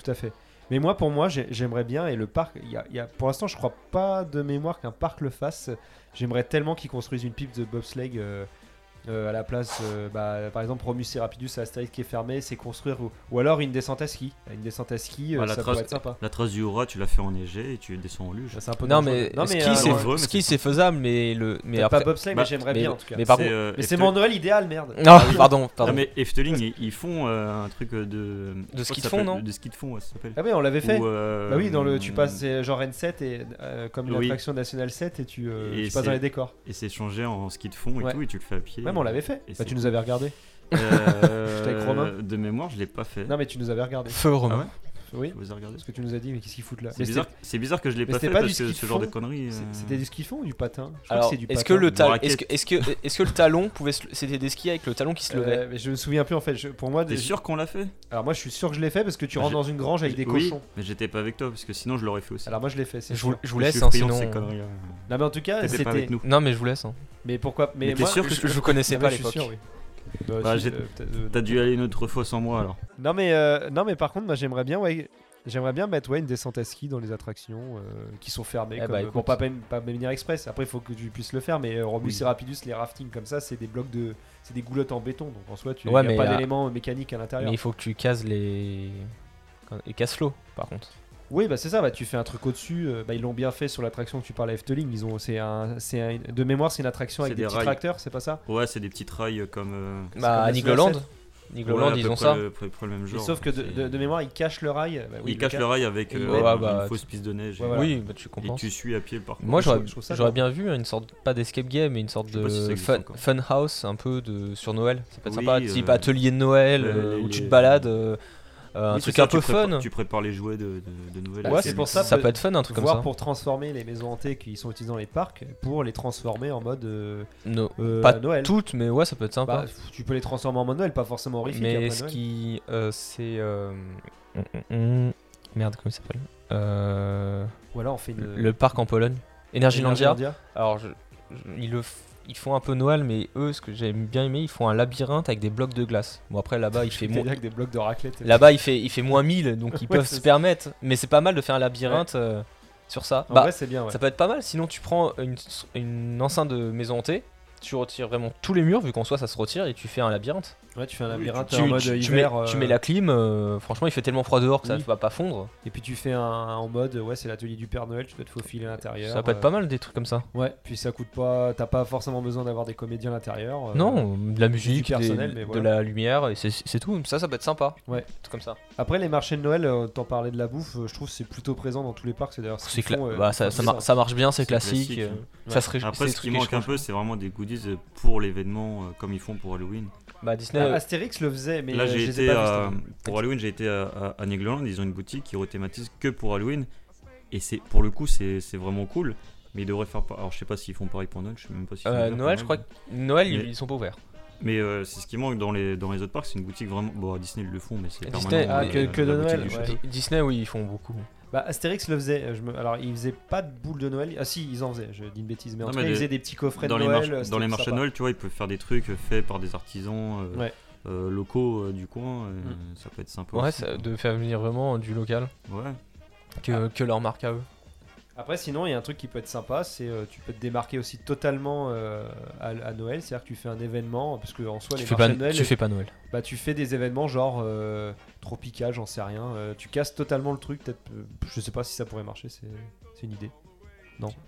[SPEAKER 4] Tout à fait. Mais moi, pour moi, j'ai- j'aimerais bien, et le parc, il y a- il y a- pour l'instant, je crois pas de mémoire qu'un parc le fasse. J'aimerais tellement qu'ils construisent une pipe de bobsleigh euh, euh, à la place, euh, bah, par exemple, Romus et Rapidus à Astérix qui est fermé, c'est construire, ou, ou alors une descente à ski. Une descente à ski, euh,
[SPEAKER 5] Ah, la
[SPEAKER 4] ça
[SPEAKER 5] trace-
[SPEAKER 4] pourrait être sympa.
[SPEAKER 5] La trace du Hora, tu l'as fait enneigée et tu descends en luge.
[SPEAKER 4] C'est un peu
[SPEAKER 6] Non
[SPEAKER 4] dangereux.
[SPEAKER 6] mais,
[SPEAKER 4] euh,
[SPEAKER 6] ski c'est
[SPEAKER 4] non,
[SPEAKER 5] dangereux, mais
[SPEAKER 6] ski, c'est faisable mais le mais
[SPEAKER 4] peut-être
[SPEAKER 6] après
[SPEAKER 4] pas bobsleigh,
[SPEAKER 5] Bah,
[SPEAKER 4] mais j'aimerais
[SPEAKER 6] mais-
[SPEAKER 4] bien en tout cas. Mm.
[SPEAKER 6] mais
[SPEAKER 4] Mais,
[SPEAKER 6] par
[SPEAKER 5] C'est,
[SPEAKER 6] contre
[SPEAKER 5] euh,
[SPEAKER 4] c'est
[SPEAKER 5] Efteling-
[SPEAKER 4] mon Noël idéal, merde.
[SPEAKER 6] non pardon pardon
[SPEAKER 5] Non mais Efteling, ils, ils font euh, un truc euh, de. je crois
[SPEAKER 6] ski
[SPEAKER 5] que
[SPEAKER 6] de
[SPEAKER 5] ça
[SPEAKER 6] fond,
[SPEAKER 5] s'appelle-
[SPEAKER 6] non
[SPEAKER 5] De ski de fond, ouais, ça s'appelle.
[SPEAKER 4] Ah oui, on l'avait fait.
[SPEAKER 5] Ou, euh, mm.
[SPEAKER 4] Bah oui, dans le, tu passes c'est genre N7 et euh, comme
[SPEAKER 5] Oui.
[SPEAKER 4] l'attraction nationale 7 et tu, euh,
[SPEAKER 5] Et
[SPEAKER 4] tu passes
[SPEAKER 5] c'est-
[SPEAKER 4] dans les décors.
[SPEAKER 5] Et c'est changé en ski de fond et
[SPEAKER 4] Ouais.
[SPEAKER 5] tout, et tu le fais à pied.
[SPEAKER 4] Ouais, mais on l'avait fait.
[SPEAKER 5] et
[SPEAKER 4] Bah,
[SPEAKER 5] c'est
[SPEAKER 4] tu nous avais regardé.
[SPEAKER 5] Euh,
[SPEAKER 4] J'étais avec Romain.
[SPEAKER 5] De mémoire, je l'ai pas fait.
[SPEAKER 4] Non, mais tu nous avais regardé.
[SPEAKER 6] feu Romain.
[SPEAKER 5] ouais
[SPEAKER 4] Oui.
[SPEAKER 5] Je vous ai regardé.
[SPEAKER 4] Ce que tu nous as dit, mais qu'est-ce qu'ils foutent là
[SPEAKER 5] C'est
[SPEAKER 4] Mais
[SPEAKER 5] bizarre, c'est bizarre que je l'ai
[SPEAKER 4] mais
[SPEAKER 5] pas
[SPEAKER 4] c'était
[SPEAKER 5] fait
[SPEAKER 4] pas du
[SPEAKER 5] parce que
[SPEAKER 4] ski
[SPEAKER 5] ce
[SPEAKER 4] de
[SPEAKER 5] genre de
[SPEAKER 4] fond.
[SPEAKER 5] conneries.
[SPEAKER 4] c'était-
[SPEAKER 5] euh,
[SPEAKER 4] C'était du ski fond ou du patin Je crois
[SPEAKER 6] Alors
[SPEAKER 4] que c'est du
[SPEAKER 6] est-ce
[SPEAKER 4] patin.
[SPEAKER 6] que le
[SPEAKER 5] Ou
[SPEAKER 6] talon
[SPEAKER 5] raquette.
[SPEAKER 6] est-ce que est-ce que est-ce que le talon pouvait se- c'était des skis avec le talon qui se levait
[SPEAKER 4] Euh, mais je me souviens plus en fait. Je- pour moi,
[SPEAKER 5] T'es
[SPEAKER 4] je-
[SPEAKER 5] sûr qu'on l'a fait
[SPEAKER 4] alors moi je suis sûr que je l'ai fait parce que tu
[SPEAKER 5] Bah,
[SPEAKER 4] rentres
[SPEAKER 5] j'ai-
[SPEAKER 4] dans une grange avec des
[SPEAKER 5] Oui,
[SPEAKER 4] cochons.
[SPEAKER 5] Mais j'étais pas avec toi parce que sinon je l'aurais fait aussi.
[SPEAKER 4] Alors moi je l'ai fait. C'est
[SPEAKER 6] je, vous,
[SPEAKER 4] sûr.
[SPEAKER 6] je vous
[SPEAKER 5] Je
[SPEAKER 6] laisse
[SPEAKER 5] suis
[SPEAKER 6] hein,
[SPEAKER 5] friand de ces
[SPEAKER 6] sinon
[SPEAKER 5] conneries, euh.
[SPEAKER 4] Non mais en tout cas
[SPEAKER 5] T'étais pas
[SPEAKER 4] Ah, c'était.
[SPEAKER 5] avec nous.
[SPEAKER 6] non mais je vous laisse hein.
[SPEAKER 4] Mais pourquoi Mais,
[SPEAKER 5] Mais t'es
[SPEAKER 4] moi
[SPEAKER 5] sûr que
[SPEAKER 6] je,
[SPEAKER 5] tu-
[SPEAKER 6] je vous connaissais
[SPEAKER 4] Ah,
[SPEAKER 6] pas
[SPEAKER 4] bah,
[SPEAKER 6] à
[SPEAKER 4] je suis
[SPEAKER 6] l'époque
[SPEAKER 4] sûr, oui. Bah,
[SPEAKER 5] Bah,
[SPEAKER 4] si,
[SPEAKER 5] j'ai-
[SPEAKER 4] euh, peut-être, euh,
[SPEAKER 5] T'as dû aller une autre fois sans moi alors.
[SPEAKER 4] Non mais euh, non mais par contre moi j'aimerais bien ouais. J'aimerais bien mettre ouais, une descente à ski dans les attractions euh, qui sont fermées.
[SPEAKER 6] Eh
[SPEAKER 4] comme,
[SPEAKER 6] bah,
[SPEAKER 4] euh,
[SPEAKER 6] écoute.
[SPEAKER 4] bon, pas, Pam- pas Pamir Express. Après, il faut que tu puisses le faire. Mais euh, Romus
[SPEAKER 5] Oui.
[SPEAKER 4] et Rapidus, les raftings comme ça, c'est des blocs de. C'est des goulottes en béton. Donc en soi, tu
[SPEAKER 6] Ouais,
[SPEAKER 4] n'y a
[SPEAKER 6] mais
[SPEAKER 4] pas
[SPEAKER 6] à-
[SPEAKER 4] d'éléments mécaniques à l'intérieur.
[SPEAKER 6] mais il faut que tu cases les et casse l'eau par contre.
[SPEAKER 4] Oui, bah c'est ça. Bah, tu fais un truc au-dessus. euh, bah, ils l'ont bien fait sur l'attraction que tu parles à Efteling. Ils ont, c'est un, c'est un- de mémoire, c'est une attraction avec
[SPEAKER 5] C'est
[SPEAKER 4] des,
[SPEAKER 5] des
[SPEAKER 4] petits
[SPEAKER 5] rails.
[SPEAKER 4] tracteurs, c'est pas ça
[SPEAKER 5] Ouais, c'est des petits rails comme. euh,
[SPEAKER 4] comme
[SPEAKER 6] Bah à
[SPEAKER 4] la
[SPEAKER 6] Nigoland,
[SPEAKER 4] Sunset.
[SPEAKER 6] Nigloland,
[SPEAKER 5] Ouais, à
[SPEAKER 6] ils
[SPEAKER 5] peu
[SPEAKER 6] ont
[SPEAKER 5] près
[SPEAKER 6] ça.
[SPEAKER 5] le- à peu près le même genre. hein,
[SPEAKER 4] sauf que de,
[SPEAKER 5] C'est-
[SPEAKER 4] de- de mémoire, il cache le rail. Bah oui,
[SPEAKER 5] il cache le rail avec
[SPEAKER 4] Et-
[SPEAKER 5] euh,
[SPEAKER 4] Ouais,
[SPEAKER 5] une
[SPEAKER 6] bah,
[SPEAKER 5] fausse piste de neige.
[SPEAKER 4] Ouais,
[SPEAKER 5] et-
[SPEAKER 4] voilà.
[SPEAKER 6] Oui, bah, tu
[SPEAKER 5] Et
[SPEAKER 6] comprends.
[SPEAKER 5] tu suis à pied le parcours.
[SPEAKER 6] Moi, j'aurais
[SPEAKER 4] je trouve ça
[SPEAKER 6] j'aurais
[SPEAKER 4] bien.
[SPEAKER 6] bien vu une sorte, pas d'escape game, mais une sorte
[SPEAKER 5] sais pas
[SPEAKER 6] de
[SPEAKER 5] si ça existe
[SPEAKER 6] fun,
[SPEAKER 5] encore.
[SPEAKER 6] fun house un peu de, sur Noël. Ça peut être
[SPEAKER 5] Oui,
[SPEAKER 6] sympa,
[SPEAKER 5] euh,
[SPEAKER 6] type atelier de Noël,
[SPEAKER 5] ouais,
[SPEAKER 6] euh,
[SPEAKER 5] les-
[SPEAKER 6] où tu te
[SPEAKER 5] les-
[SPEAKER 6] balades, euh, euh, un
[SPEAKER 5] Oui, c'est
[SPEAKER 6] truc
[SPEAKER 5] ça,
[SPEAKER 6] un
[SPEAKER 5] tu
[SPEAKER 6] peu
[SPEAKER 5] prépa-
[SPEAKER 6] fun.
[SPEAKER 5] Tu prépares les jouets de, de, de Noël.
[SPEAKER 4] Bah,
[SPEAKER 5] avec
[SPEAKER 4] c'est
[SPEAKER 5] les
[SPEAKER 4] pour ça,
[SPEAKER 5] lumières.
[SPEAKER 6] Ça peut être fun, un truc comme
[SPEAKER 4] Voir
[SPEAKER 6] ça.
[SPEAKER 4] pour transformer les maisons hantées qui sont utilisées dans les parcs pour les transformer en mode euh,
[SPEAKER 6] No-
[SPEAKER 4] euh,
[SPEAKER 6] Pas
[SPEAKER 4] Noël.
[SPEAKER 6] Toutes, mais ouais, ça peut être sympa.
[SPEAKER 4] Bah, tu peux les transformer en mode Noël, pas forcément horrifique.
[SPEAKER 6] Mais
[SPEAKER 4] après
[SPEAKER 6] ce
[SPEAKER 4] Noël.
[SPEAKER 6] qui. euh, c'est. euh, mm, mm, mm. Merde, comment il s'appelle Euh,
[SPEAKER 4] Ou alors on fait une.
[SPEAKER 6] Le parc en Pologne. Energylandia.
[SPEAKER 4] Energylandia.
[SPEAKER 6] Alors, je- je- ils, le f- ils font un peu Noël, mais eux, ce que j'ai bien aimé, ils font un labyrinthe avec des blocs de glace. Bon, après, là-bas, il fait
[SPEAKER 4] T'es
[SPEAKER 6] moins.
[SPEAKER 4] avec des blocs de raclette.
[SPEAKER 6] Là-bas, il fait, il fait moins 1000, donc ils
[SPEAKER 4] Ouais,
[SPEAKER 6] peuvent
[SPEAKER 4] c'est
[SPEAKER 6] se
[SPEAKER 4] ça.
[SPEAKER 6] permettre. Mais c'est pas mal de faire un labyrinthe euh, sur ça.
[SPEAKER 4] En
[SPEAKER 6] bah,
[SPEAKER 4] vrai, c'est bien. ouais.
[SPEAKER 6] ça peut être pas mal. Sinon, tu prends une, une enceinte de maison hantée, tu retires vraiment tous les murs, vu qu'en soi, ça se retire, et tu fais un labyrinthe.
[SPEAKER 4] Ouais, tu fais un
[SPEAKER 5] Oui,
[SPEAKER 4] labyrinthe
[SPEAKER 6] Tu,
[SPEAKER 4] en mode
[SPEAKER 6] tu- tu mets,
[SPEAKER 4] hiver. euh,
[SPEAKER 6] tu mets la clim, euh, franchement, il fait tellement froid dehors que ça
[SPEAKER 4] Oui.
[SPEAKER 6] va pas fondre.
[SPEAKER 4] Et puis tu fais un en mode ouais, c'est l'atelier du Père Noël, tu dois te faufiler à l'intérieur.
[SPEAKER 6] Ça peut être
[SPEAKER 4] euh,
[SPEAKER 6] pas mal, des trucs comme ça.
[SPEAKER 4] Ouais, puis ça coûte pas. T'as pas forcément besoin d'avoir des comédiens à l'intérieur. euh,
[SPEAKER 6] non, de la musique, des-
[SPEAKER 4] personnel, mais
[SPEAKER 6] de
[SPEAKER 4] voilà.
[SPEAKER 6] la lumière, et c'est- c'est tout. Ça, ça peut être sympa.
[SPEAKER 4] Ouais.
[SPEAKER 6] Tout comme ça.
[SPEAKER 4] Après, les marchés de Noël, euh, t'en parlais de la bouffe, euh, je trouve que c'est plutôt présent dans tous les parcs. C'est d'ailleurs ce
[SPEAKER 6] C'est
[SPEAKER 4] qu'ils
[SPEAKER 6] cla-
[SPEAKER 4] font, euh,
[SPEAKER 6] bah, ça,
[SPEAKER 4] ils font
[SPEAKER 6] ça,
[SPEAKER 4] ça.
[SPEAKER 6] mar- ça marche bien, c'est
[SPEAKER 5] C'est
[SPEAKER 6] classique.
[SPEAKER 5] classique,
[SPEAKER 6] euh,
[SPEAKER 5] ouais.
[SPEAKER 6] Ça se ré-
[SPEAKER 5] Après,
[SPEAKER 6] c'est
[SPEAKER 5] ce qui
[SPEAKER 6] truqué, je
[SPEAKER 5] manque un
[SPEAKER 6] pense.
[SPEAKER 5] peu, c'est vraiment des goodies euh, pour l'événement, euh, comme ils font pour Halloween.
[SPEAKER 6] Bah, Disney,
[SPEAKER 4] Ah, Astérix le faisait, mais
[SPEAKER 5] Euh, Là,
[SPEAKER 4] euh,
[SPEAKER 5] j'ai
[SPEAKER 4] je les ai
[SPEAKER 5] été
[SPEAKER 4] pas
[SPEAKER 5] à-
[SPEAKER 4] vus,
[SPEAKER 5] pour Halloween, j'ai été à, à, à Nigloland. Ils ont une boutique qui rethématise que pour Halloween. Et c'est pour le coup, c'est c'est vraiment cool. Mais ils devraient faire. pa- Alors, je sais pas s'ils font pareil pour Noël. Je sais même pas si.
[SPEAKER 6] euh, Noël, je crois que Noël, ils-
[SPEAKER 5] Mais-
[SPEAKER 6] ils sont pas ouverts.
[SPEAKER 5] Mais euh, c'est ce qui manque dans les, dans les autres parcs. C'est une boutique vraiment. Bon, à Disney, ils le font, mais c'est
[SPEAKER 6] Et
[SPEAKER 5] permanent.
[SPEAKER 6] Disney, ah,
[SPEAKER 5] euh,
[SPEAKER 4] que-
[SPEAKER 5] la-
[SPEAKER 4] que
[SPEAKER 5] la
[SPEAKER 4] de
[SPEAKER 5] boutique
[SPEAKER 4] Noël,
[SPEAKER 5] du
[SPEAKER 4] ouais.
[SPEAKER 5] château.
[SPEAKER 6] Di- Disney, oui, ils font beaucoup.
[SPEAKER 4] Bah, Astérix le faisait. euh, Je me... Alors, ils faisaient pas de boule de Noël. Ah, si, ils en faisaient. Je dis une bêtise, mais en
[SPEAKER 5] Non,
[SPEAKER 4] tout
[SPEAKER 5] mais
[SPEAKER 4] cas, ils
[SPEAKER 5] les-
[SPEAKER 4] faisaient des petits coffrets
[SPEAKER 5] dans
[SPEAKER 4] de
[SPEAKER 5] les,
[SPEAKER 4] Noël.
[SPEAKER 5] marches-
[SPEAKER 4] euh,
[SPEAKER 5] dans les
[SPEAKER 4] c'était
[SPEAKER 5] marchés de
[SPEAKER 4] sympa.
[SPEAKER 5] Noël, tu vois, ils peuvent faire des trucs euh, faits par des artisans euh,
[SPEAKER 4] Ouais. Mm.
[SPEAKER 5] euh, locaux euh, du coin. euh, Ça peut être sympa.
[SPEAKER 6] Ouais,
[SPEAKER 5] aussi,
[SPEAKER 6] ça-
[SPEAKER 5] quoi.
[SPEAKER 6] de faire venir vraiment du local
[SPEAKER 5] Ouais.
[SPEAKER 6] que,
[SPEAKER 5] Ah.
[SPEAKER 6] que leur marque à eux.
[SPEAKER 4] Après, sinon, il y a un truc qui peut être sympa, c'est euh, tu peux te démarquer aussi totalement euh, à, à Noël, c'est-à-dire que tu fais un événement, parce que en soi,
[SPEAKER 6] Tu
[SPEAKER 4] les
[SPEAKER 6] fais,
[SPEAKER 4] marchés
[SPEAKER 6] pas,
[SPEAKER 4] de Noël,
[SPEAKER 6] tu fais pas Noël.
[SPEAKER 4] bah, tu fais des événements genre euh, tropical, j'en sais rien, euh, tu casses totalement le truc, peut-être, euh, je sais pas si ça pourrait marcher, c'est c'est une idée.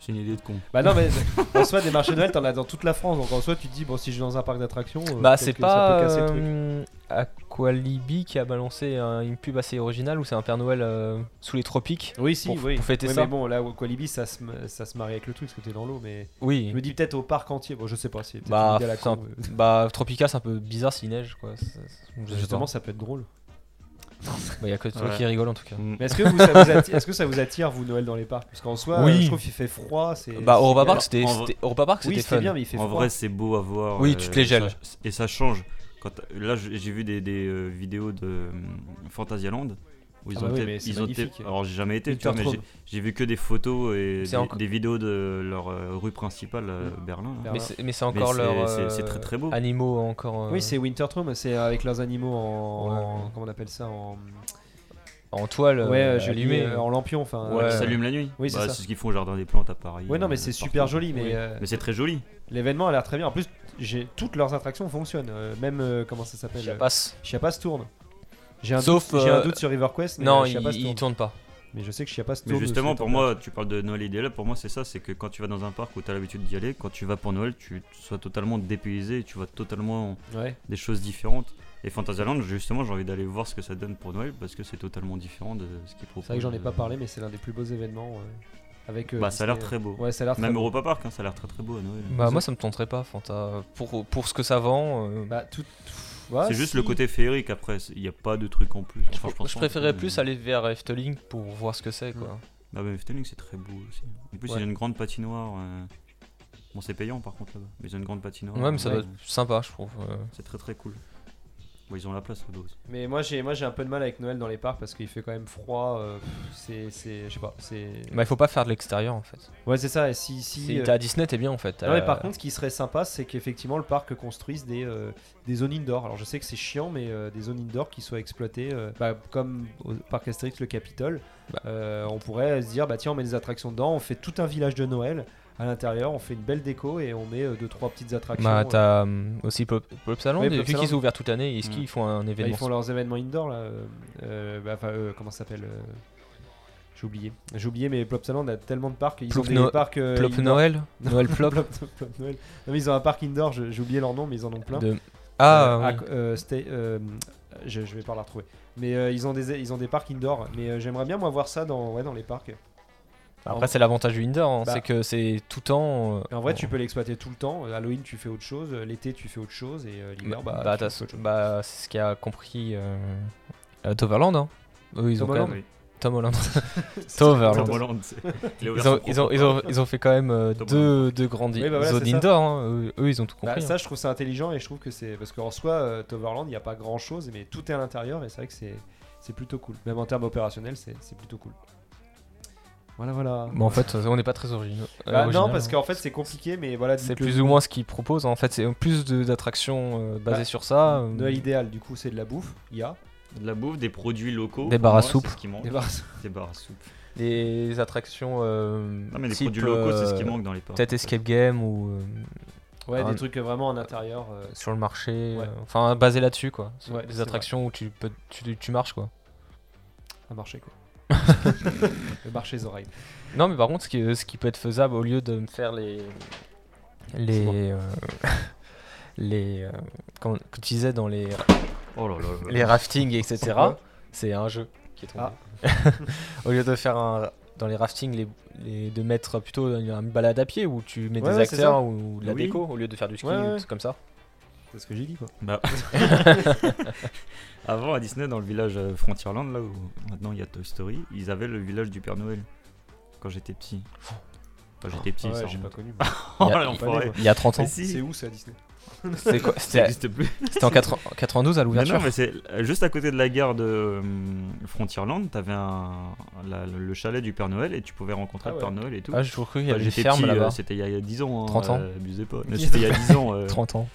[SPEAKER 5] C'est une idée de con.
[SPEAKER 4] Bah non, mais en soi, des marchés de Noël, t'en as dans toute la France, donc en soi, tu te dis, bon, si je vais dans un parc d'attractions, euh,
[SPEAKER 6] bah,
[SPEAKER 4] peut-être
[SPEAKER 6] c'est
[SPEAKER 4] que ça
[SPEAKER 6] pas
[SPEAKER 4] peut casser le truc.
[SPEAKER 6] euh, Aqualibi qui a balancé un- une pub assez originale où c'est un Père Noël euh, sous les tropiques.
[SPEAKER 4] Oui, si,
[SPEAKER 6] pour-
[SPEAKER 4] oui.
[SPEAKER 6] pour fêter
[SPEAKER 4] Oui,
[SPEAKER 6] ça.
[SPEAKER 4] Mais bon, là, au Qualibi, ça se, ma- ça se marie avec le truc, parce que t'es dans l'eau, mais
[SPEAKER 6] Oui.
[SPEAKER 4] je me dis peut-être au parc entier, bon, je sais pas, c'est peut-être
[SPEAKER 6] Bah,
[SPEAKER 4] une idée à la
[SPEAKER 6] c'est un-
[SPEAKER 4] con, euh.
[SPEAKER 6] Bah, Tropica, c'est un peu bizarre s'il neige quoi. C'est- c'est- je sais pas.
[SPEAKER 4] Justement, ça peut être drôle.
[SPEAKER 6] Bah, y a que toi
[SPEAKER 5] Ouais.
[SPEAKER 6] qui rigole en tout cas.
[SPEAKER 5] Mm.
[SPEAKER 4] Mais est-ce que, vous, ça vous attire, est-ce que ça vous attire, vous, Noël dans les parcs Parce qu'en soi,
[SPEAKER 6] Oui.
[SPEAKER 4] euh, je trouve qu'il fait froid. C'est,
[SPEAKER 6] Bah, Europa
[SPEAKER 4] c'est-
[SPEAKER 6] Park, c'était
[SPEAKER 5] en vrai-
[SPEAKER 6] c'était- Europa Park,
[SPEAKER 4] oui,
[SPEAKER 6] c'était
[SPEAKER 4] c'était
[SPEAKER 6] fun.
[SPEAKER 4] bien, mais il fait
[SPEAKER 5] En
[SPEAKER 4] froid.
[SPEAKER 5] vrai, c'est beau à voir. euh,
[SPEAKER 6] Oui, tu te les gèles.
[SPEAKER 5] ça- et ça change. Quand, là, je- j'ai vu des, des, euh, vidéos de euh, Phantasialand. Où ils
[SPEAKER 4] Ah
[SPEAKER 5] ont
[SPEAKER 4] bah oui,
[SPEAKER 5] été-
[SPEAKER 4] mais c'est
[SPEAKER 5] ils ont été-
[SPEAKER 4] magnifique.
[SPEAKER 5] alors j'ai jamais été, tu vois, mais
[SPEAKER 4] Winterthur.
[SPEAKER 5] j'ai- j'ai vu que des photos et
[SPEAKER 6] C'est
[SPEAKER 5] des,
[SPEAKER 6] encore-
[SPEAKER 5] des vidéos de leur euh, rue principale, euh, Berlin. là.
[SPEAKER 4] Mm. Berlin.
[SPEAKER 6] Mais
[SPEAKER 4] Voilà.
[SPEAKER 6] c'est mais c'est
[SPEAKER 5] Mais
[SPEAKER 6] encore
[SPEAKER 5] c'est-
[SPEAKER 6] leur.
[SPEAKER 5] c'est- C'est
[SPEAKER 6] euh,
[SPEAKER 5] très très beau.
[SPEAKER 6] Animaux encore. euh,
[SPEAKER 4] Oui, c'est Wintertrum, c'est avec leurs animaux en,
[SPEAKER 6] Ouais.
[SPEAKER 4] en- comment on appelle ça en
[SPEAKER 6] en toile.
[SPEAKER 4] ouais,
[SPEAKER 6] euh,
[SPEAKER 4] euh, je l'ai
[SPEAKER 6] allumée.
[SPEAKER 4] mis, euh, en lampion, enfin.
[SPEAKER 6] Ouais.
[SPEAKER 5] Qui
[SPEAKER 4] euh,
[SPEAKER 5] s'allument la nuit.
[SPEAKER 4] Oui, c'est
[SPEAKER 5] Bah,
[SPEAKER 4] ça.
[SPEAKER 5] ce qu'ils font au jardin des plantes à Paris.
[SPEAKER 4] Ouais, non, mais
[SPEAKER 5] euh,
[SPEAKER 4] c'est
[SPEAKER 5] partout.
[SPEAKER 4] super joli, mais
[SPEAKER 6] Oui.
[SPEAKER 4] euh,
[SPEAKER 5] Mais c'est très joli.
[SPEAKER 4] l'événement a l'air très bien. En plus, j'ai toutes leurs attractions fonctionnent, euh, même euh, comment ça s'appelle euh,
[SPEAKER 6] Chiapas.
[SPEAKER 4] Chiapas tourne. J'ai un,
[SPEAKER 6] Sauf,
[SPEAKER 4] doute, j'ai un
[SPEAKER 6] euh,
[SPEAKER 4] doute sur River Quest, mais
[SPEAKER 6] Non,
[SPEAKER 4] euh, Chiapas
[SPEAKER 6] il, il
[SPEAKER 4] tourne.
[SPEAKER 6] tourne pas.
[SPEAKER 4] Mais je sais que Chiapas
[SPEAKER 5] Mais
[SPEAKER 4] tourne
[SPEAKER 5] justement,
[SPEAKER 4] aussi,
[SPEAKER 5] pour
[SPEAKER 4] tourne.
[SPEAKER 5] moi, tu parles de Noël idéal. Pour moi, c'est ça c'est que quand tu vas dans un parc où tu as l'habitude d'y aller, quand tu vas pour Noël, tu sois totalement dépaysé, tu vas totalement
[SPEAKER 4] Ouais.
[SPEAKER 5] des choses différentes. Et Fantasyland, justement, j'ai envie d'aller voir ce que ça donne pour Noël parce que c'est totalement différent de ce qu'ils proposent.
[SPEAKER 4] C'est vrai que j'en ai pas parlé, mais c'est l'un des plus beaux événements. euh, Avec. euh,
[SPEAKER 5] Bah, ça a l'air
[SPEAKER 4] Disney.
[SPEAKER 5] très beau.
[SPEAKER 4] Ouais, ça a l'air très
[SPEAKER 5] Même
[SPEAKER 4] beau.
[SPEAKER 5] Europa Park, hein, ça a l'air très très beau à Noël.
[SPEAKER 6] Bah, moi, ça me tenterait pas, Fanta. Pour, pour ce que ça vend. euh,
[SPEAKER 4] Bah, tout. tout- ouais,
[SPEAKER 5] c'est juste
[SPEAKER 4] si.
[SPEAKER 5] le côté féerique après, c'est- il n'y a pas de truc en plus.
[SPEAKER 6] je,
[SPEAKER 5] Enfin,
[SPEAKER 6] bah,
[SPEAKER 5] euh,
[SPEAKER 6] je
[SPEAKER 5] pense pas,
[SPEAKER 6] préférais
[SPEAKER 5] mais-
[SPEAKER 6] plus aller vers Efteling pour voir ce que c'est, quoi.
[SPEAKER 5] Ah, mais Efteling, c'est très beau aussi. En plus,
[SPEAKER 6] Ouais.
[SPEAKER 5] ils ont une grande patinoire. euh, Bon, c'est payant par contre là-bas, mais ils ont une grande patinoire.
[SPEAKER 6] Mm. Ouais, mais ça
[SPEAKER 5] euh,
[SPEAKER 6] doit être sympa, je trouve. euh.
[SPEAKER 5] C'est très très cool. Bon, ils ont la place là-bas aussi.
[SPEAKER 4] Mais moi j'ai moi j'ai un peu de mal avec Noël dans les parcs parce qu'il fait quand même froid. euh, pff, c'est c'est je sais pas c'est.
[SPEAKER 6] Bah, il faut pas faire de l'extérieur, en fait.
[SPEAKER 4] Ouais c'est ça. Et si si.
[SPEAKER 6] Si
[SPEAKER 4] euh,
[SPEAKER 6] t'es à Disney, t'es bien, en fait.
[SPEAKER 4] Non mais
[SPEAKER 6] Euh,
[SPEAKER 4] par contre ce qui serait sympa c'est qu'effectivement le parc construise des euh, des zones indoor. Alors je sais que c'est chiant mais euh, des zones indoor qui soient exploitées euh, bah, comme au parc Astérix le Capitole.
[SPEAKER 6] Bah.
[SPEAKER 4] Euh, on pourrait se dire bah tiens on met des attractions dedans, on fait tout un village de Noël à l'intérieur, on fait une belle déco et on met euh, deux trois petites attractions.
[SPEAKER 6] Bah,
[SPEAKER 4] euh,
[SPEAKER 6] t'as euh, aussi Pop Pop Salon,
[SPEAKER 4] Oui,
[SPEAKER 6] vu
[SPEAKER 4] Pop
[SPEAKER 6] qu'ils
[SPEAKER 4] Salon.
[SPEAKER 6] sont ouverts toute l'année, est-ce
[SPEAKER 5] Mm.
[SPEAKER 6] qu'ils font un
[SPEAKER 4] Bah,
[SPEAKER 6] événement
[SPEAKER 4] ils font leurs événements indoor là. euh, euh, bah, enfin, euh, comment ça s'appelle euh, J'ai oublié. J'ai oublié, mais Plopsaland a tellement de parcs. Ils
[SPEAKER 6] Plop
[SPEAKER 4] ont des
[SPEAKER 6] No-
[SPEAKER 4] parcs. euh,
[SPEAKER 6] Plop
[SPEAKER 4] indoor.
[SPEAKER 6] Noël Noël Plop
[SPEAKER 4] Plop- Plop Noël. Non, mais ils ont un parc indoor. je- J'ai oublié leur nom, mais ils en ont plein.
[SPEAKER 6] de- Ah,
[SPEAKER 4] Euh,
[SPEAKER 6] oui.
[SPEAKER 4] à- euh, c'était, euh, je, je vais pas la retrouver. Mais euh, ils, ont des, ils ont des parcs indoor. Mais euh, j'aimerais bien, moi, voir ça dans, ouais, dans les parcs.
[SPEAKER 6] Après, c'est l'avantage du indoor, hein,
[SPEAKER 4] Bah.
[SPEAKER 6] c'est que c'est tout temps. euh,
[SPEAKER 4] Et en vrai, tu peux l'exploiter tout le temps. Euh, Halloween, tu fais autre chose. Euh, L'été, tu fais autre chose. Et euh, l'hiver, bah.
[SPEAKER 6] bah,
[SPEAKER 4] tu fais
[SPEAKER 6] t'as-
[SPEAKER 4] autre chose.
[SPEAKER 6] bah, c'est ce qu'a compris euh, euh, Toverland. Hein. Eux, ils
[SPEAKER 4] Tom
[SPEAKER 6] ont quand
[SPEAKER 4] Holland.
[SPEAKER 6] même.
[SPEAKER 5] Oui.
[SPEAKER 6] Tom Holland.
[SPEAKER 5] Tom
[SPEAKER 6] Toverland.
[SPEAKER 5] Holland, c'est- il a ouvert
[SPEAKER 6] Ils ont,
[SPEAKER 5] son
[SPEAKER 6] ils, ont,
[SPEAKER 5] propre
[SPEAKER 6] ils, ont, ils ont fait quand même euh,
[SPEAKER 5] Tom
[SPEAKER 6] deux, deux grandes
[SPEAKER 4] Oui, bah voilà,
[SPEAKER 6] zones
[SPEAKER 4] c'est ça.
[SPEAKER 6] indoor. hein. Eux, eux, ils ont tout
[SPEAKER 4] Bah,
[SPEAKER 6] compris. hein.
[SPEAKER 4] ça, je trouve ça intelligent et je trouve que c'est. Parce qu'en soi, euh, Toverland, il n'y a pas grand chose, mais tout est à l'intérieur et c'est vrai que c'est, c'est plutôt cool. Même en termes opérationnels, c'est, c'est plutôt cool. Voilà, voilà.
[SPEAKER 6] Bon, en fait, on n'est pas très originaux. euh,
[SPEAKER 4] Bah,
[SPEAKER 6] original,
[SPEAKER 4] non, parce
[SPEAKER 6] hein.
[SPEAKER 4] qu'en fait, c'est compliqué, mais voilà.
[SPEAKER 6] c'est
[SPEAKER 4] dites-le
[SPEAKER 6] plus
[SPEAKER 4] nous.
[SPEAKER 6] ou moins ce qu'ils proposent. hein. En fait, c'est plus de- d'attractions euh, basées
[SPEAKER 4] Bah,
[SPEAKER 6] sur ça. euh,
[SPEAKER 4] Noël idéal, du coup, c'est de la bouffe. Il y a.
[SPEAKER 5] De la bouffe, des produits locaux.
[SPEAKER 6] Des
[SPEAKER 5] pour
[SPEAKER 6] barres à
[SPEAKER 5] moi, c'est
[SPEAKER 6] soupe.
[SPEAKER 5] ce qui manque.
[SPEAKER 4] Des barres.
[SPEAKER 5] Des barres à soupe.
[SPEAKER 6] des attractions. euh,
[SPEAKER 5] Non, mais des
[SPEAKER 6] type,
[SPEAKER 5] produits locaux, c'est ce qui
[SPEAKER 6] euh,
[SPEAKER 5] manque dans les parcs.
[SPEAKER 6] Peut-être Escape Game ou euh,
[SPEAKER 4] Ouais,
[SPEAKER 6] Ah,
[SPEAKER 4] des trucs vraiment en intérieur. euh,
[SPEAKER 6] sur le marché.
[SPEAKER 4] Ouais.
[SPEAKER 6] euh, Enfin, basé là-dessus, quoi. Sur
[SPEAKER 4] Ouais,
[SPEAKER 6] des
[SPEAKER 4] c'est
[SPEAKER 6] attractions où tu, peux, tu, tu marches, quoi.
[SPEAKER 4] à marcher quoi. le marché des oreilles.
[SPEAKER 6] Non, mais par contre, ce qui, ce qui peut être faisable, au lieu de me faire les. Les. euh, les. euh, quand, que tu disais dans les,
[SPEAKER 5] Oh là là là là.
[SPEAKER 6] les raftings, etc., c'est un jeu qui est tombé.
[SPEAKER 4] Ah.
[SPEAKER 6] au lieu de faire un. Dans les raftings, les, les- de mettre plutôt une, une balade à pied où tu mets
[SPEAKER 4] Ouais,
[SPEAKER 6] des
[SPEAKER 4] ouais, c'est ça.
[SPEAKER 6] acteurs ou, de la
[SPEAKER 4] Oui.
[SPEAKER 6] déco au lieu de faire du ski
[SPEAKER 4] Ouais,
[SPEAKER 6] ou
[SPEAKER 4] ouais.
[SPEAKER 6] des trucs comme ça.
[SPEAKER 4] C'est ce que j'ai dit quoi.
[SPEAKER 5] Bah. Avant, à Disney, dans le village euh, Frontierland, là où maintenant il y a Toy Story, ils avaient le village du Père Noël. Quand j'étais petit. Quand j'étais petit, ça
[SPEAKER 4] j'ai pas
[SPEAKER 5] remonte.
[SPEAKER 4] connu.
[SPEAKER 5] Oh,
[SPEAKER 6] Il y a-
[SPEAKER 5] l'enfoiré.
[SPEAKER 6] Il y a 30
[SPEAKER 5] Mais
[SPEAKER 6] ans.
[SPEAKER 5] si,
[SPEAKER 4] C'est où ça Disney
[SPEAKER 6] C'était quoi
[SPEAKER 5] ça
[SPEAKER 6] C'était
[SPEAKER 5] n'existe plus.
[SPEAKER 6] c'était en 80 92 à
[SPEAKER 5] Mais
[SPEAKER 6] l'ouverture.
[SPEAKER 5] non, mais c'est euh, juste à côté de la gare de euh, Frontierland, t'avais un, la- le chalet du Père Noël et tu pouvais rencontrer
[SPEAKER 4] Ah
[SPEAKER 5] le
[SPEAKER 4] ouais.
[SPEAKER 5] Père Noël et tout.
[SPEAKER 6] Ah, j'ai toujours cru qu'il y
[SPEAKER 5] Bah,
[SPEAKER 6] avait des
[SPEAKER 5] j'étais
[SPEAKER 6] fermes
[SPEAKER 5] petit, euh,
[SPEAKER 6] là-bas.
[SPEAKER 5] c'était il y a- il y a 10 ans. hein,
[SPEAKER 6] 30 ans.
[SPEAKER 5] euh, abusez pas. Mais C'était il y a 10 ans. euh,
[SPEAKER 6] 30 ans.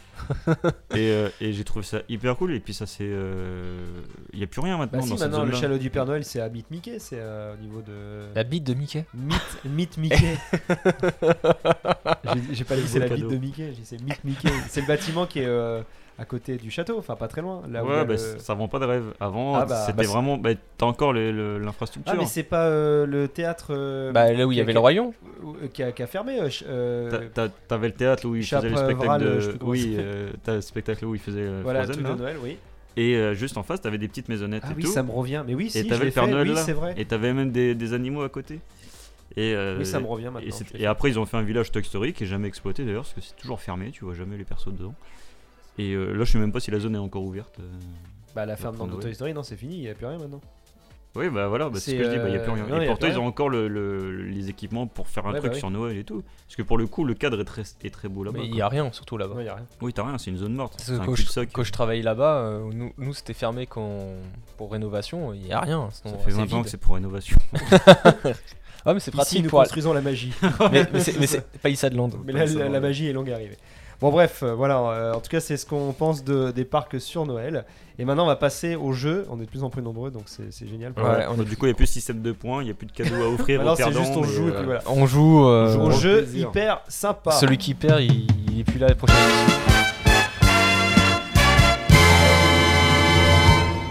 [SPEAKER 5] et, euh, et j'ai trouvé ça hyper cool. Et puis ça, c'est. euh, Il n'y a plus rien maintenant
[SPEAKER 4] Bah si
[SPEAKER 5] dans cette
[SPEAKER 4] maintenant le
[SPEAKER 5] zone-là.
[SPEAKER 4] chalot du Père Noël c'est à Meet Mickey, c'est euh, au niveau de
[SPEAKER 6] La bite de Mickey.
[SPEAKER 4] Meet, Meet Mickey. J'ai- j'ai pas dit c'est la bite
[SPEAKER 5] cadeau.
[SPEAKER 4] de Mickey, j'ai dit c'est Meet Mickey. C'est le bâtiment qui est euh, à côté du château, enfin pas très loin. Là où il y
[SPEAKER 5] Ouais,
[SPEAKER 4] a
[SPEAKER 5] bah,
[SPEAKER 4] le-
[SPEAKER 5] ça vend pas de rêve. Avant,
[SPEAKER 4] Ah bah,
[SPEAKER 5] c'était
[SPEAKER 6] bah, c'est-
[SPEAKER 5] vraiment. Bah, T'as encore le- le-
[SPEAKER 4] Ah
[SPEAKER 5] l'infrastructure.
[SPEAKER 4] mais c'est pas euh, le théâtre euh,
[SPEAKER 6] Bah, là où il y
[SPEAKER 4] qui-
[SPEAKER 6] avait
[SPEAKER 4] qui-
[SPEAKER 6] le royaume.
[SPEAKER 4] euh, qui, a, qui a fermé. euh, ch- euh,
[SPEAKER 5] T'a- t'a- T'avais le théâtre où il faisait le
[SPEAKER 4] Chapeau,
[SPEAKER 5] spectacle
[SPEAKER 4] Vral, je sais
[SPEAKER 5] de.
[SPEAKER 4] plus comment ça
[SPEAKER 5] Oui,
[SPEAKER 4] s'appelle.
[SPEAKER 5] euh, t'as le spectacle où il faisait euh,
[SPEAKER 4] voilà, le
[SPEAKER 5] Frozen,
[SPEAKER 4] truc de
[SPEAKER 5] là.
[SPEAKER 4] Noël, oui.
[SPEAKER 5] Et euh, juste en face, t'avais des petites maisonnettes
[SPEAKER 4] Ah
[SPEAKER 5] et
[SPEAKER 4] oui,
[SPEAKER 5] tout.
[SPEAKER 4] ça me revient. Mais oui, si,
[SPEAKER 5] Et
[SPEAKER 4] je
[SPEAKER 5] t'avais
[SPEAKER 4] l'ai
[SPEAKER 5] le Père
[SPEAKER 4] fait,
[SPEAKER 5] Noël
[SPEAKER 4] oui,
[SPEAKER 5] là.
[SPEAKER 4] c'est vrai.
[SPEAKER 5] Et t'avais même des, des animaux à côté. Et, euh,
[SPEAKER 4] Oui, ça me revient maintenant.
[SPEAKER 5] et,
[SPEAKER 4] je
[SPEAKER 5] c'était-
[SPEAKER 4] l'ai
[SPEAKER 5] et après, ils ont fait un village Toy Story qui est jamais exploité d'ailleurs, parce que c'est toujours fermé, tu vois jamais les persos dedans. Et euh, là, je sais même pas si la zone est encore ouverte. euh.
[SPEAKER 4] Bah la ferme
[SPEAKER 5] Pour
[SPEAKER 4] dans
[SPEAKER 5] Noël.
[SPEAKER 4] Toy Story, non, c'est fini, il n'y a plus rien maintenant.
[SPEAKER 5] Oui, bah voilà, bah, c'est ce
[SPEAKER 4] C'est,
[SPEAKER 5] que je dis, bah, y a
[SPEAKER 4] euh,
[SPEAKER 5] plus rien.
[SPEAKER 4] non, y
[SPEAKER 5] et
[SPEAKER 4] a
[SPEAKER 5] pourtant,
[SPEAKER 4] plus
[SPEAKER 5] ils
[SPEAKER 4] rien.
[SPEAKER 5] ont encore le- le- les équipements pour faire un
[SPEAKER 4] Ouais,
[SPEAKER 5] truc
[SPEAKER 4] bah oui.
[SPEAKER 5] sur Noël et tout. Parce que pour le coup, le cadre est très, est très beau là-bas.
[SPEAKER 6] Mais il
[SPEAKER 5] quoi.
[SPEAKER 6] n'y a rien, surtout là-bas.
[SPEAKER 4] Non, il y a rien.
[SPEAKER 5] Oui, t'as rien, c'est une zone morte.
[SPEAKER 6] Parce
[SPEAKER 5] C'est un
[SPEAKER 6] que quand, je,
[SPEAKER 5] cul-de-sac.
[SPEAKER 6] quand je travaillais là-bas, euh, nous, nous, c'était fermé quand, pour rénovation, il n'y a rien. hein, sinon,
[SPEAKER 5] Ça fait
[SPEAKER 6] c'est
[SPEAKER 5] 20 ans
[SPEAKER 6] vide.
[SPEAKER 5] que c'est pour rénovation.
[SPEAKER 6] Ah, mais c'est
[SPEAKER 4] Ici,
[SPEAKER 6] pratique
[SPEAKER 4] nous
[SPEAKER 6] pour aller-
[SPEAKER 4] construisons la magie.
[SPEAKER 6] Mais, mais c'est- mais c'est Palissadeland.
[SPEAKER 4] Mais la, la- la magie est longue à arriver. Bon bref, euh, voilà, euh, en tout cas c'est ce qu'on pense de, des parcs sur Noël. Et maintenant on va passer au jeu, on est de plus en plus nombreux donc c'est c'est génial.
[SPEAKER 6] Ouais,
[SPEAKER 4] Voilà.
[SPEAKER 6] on,
[SPEAKER 5] Bah, du coup, il n'y a plus de système de points, il n'y a plus de cadeaux à offrir.
[SPEAKER 4] Maintenant
[SPEAKER 5] aux
[SPEAKER 4] Ah c'est juste
[SPEAKER 5] perdants,
[SPEAKER 4] on
[SPEAKER 5] mais,
[SPEAKER 4] joue et
[SPEAKER 5] euh,
[SPEAKER 4] puis voilà.
[SPEAKER 6] on joue. euh, Ah,
[SPEAKER 4] Au
[SPEAKER 5] joue.
[SPEAKER 4] jeu
[SPEAKER 5] plaisir.
[SPEAKER 4] hyper sympa.
[SPEAKER 6] celui qui perd, il, il est plus là la prochaine fois.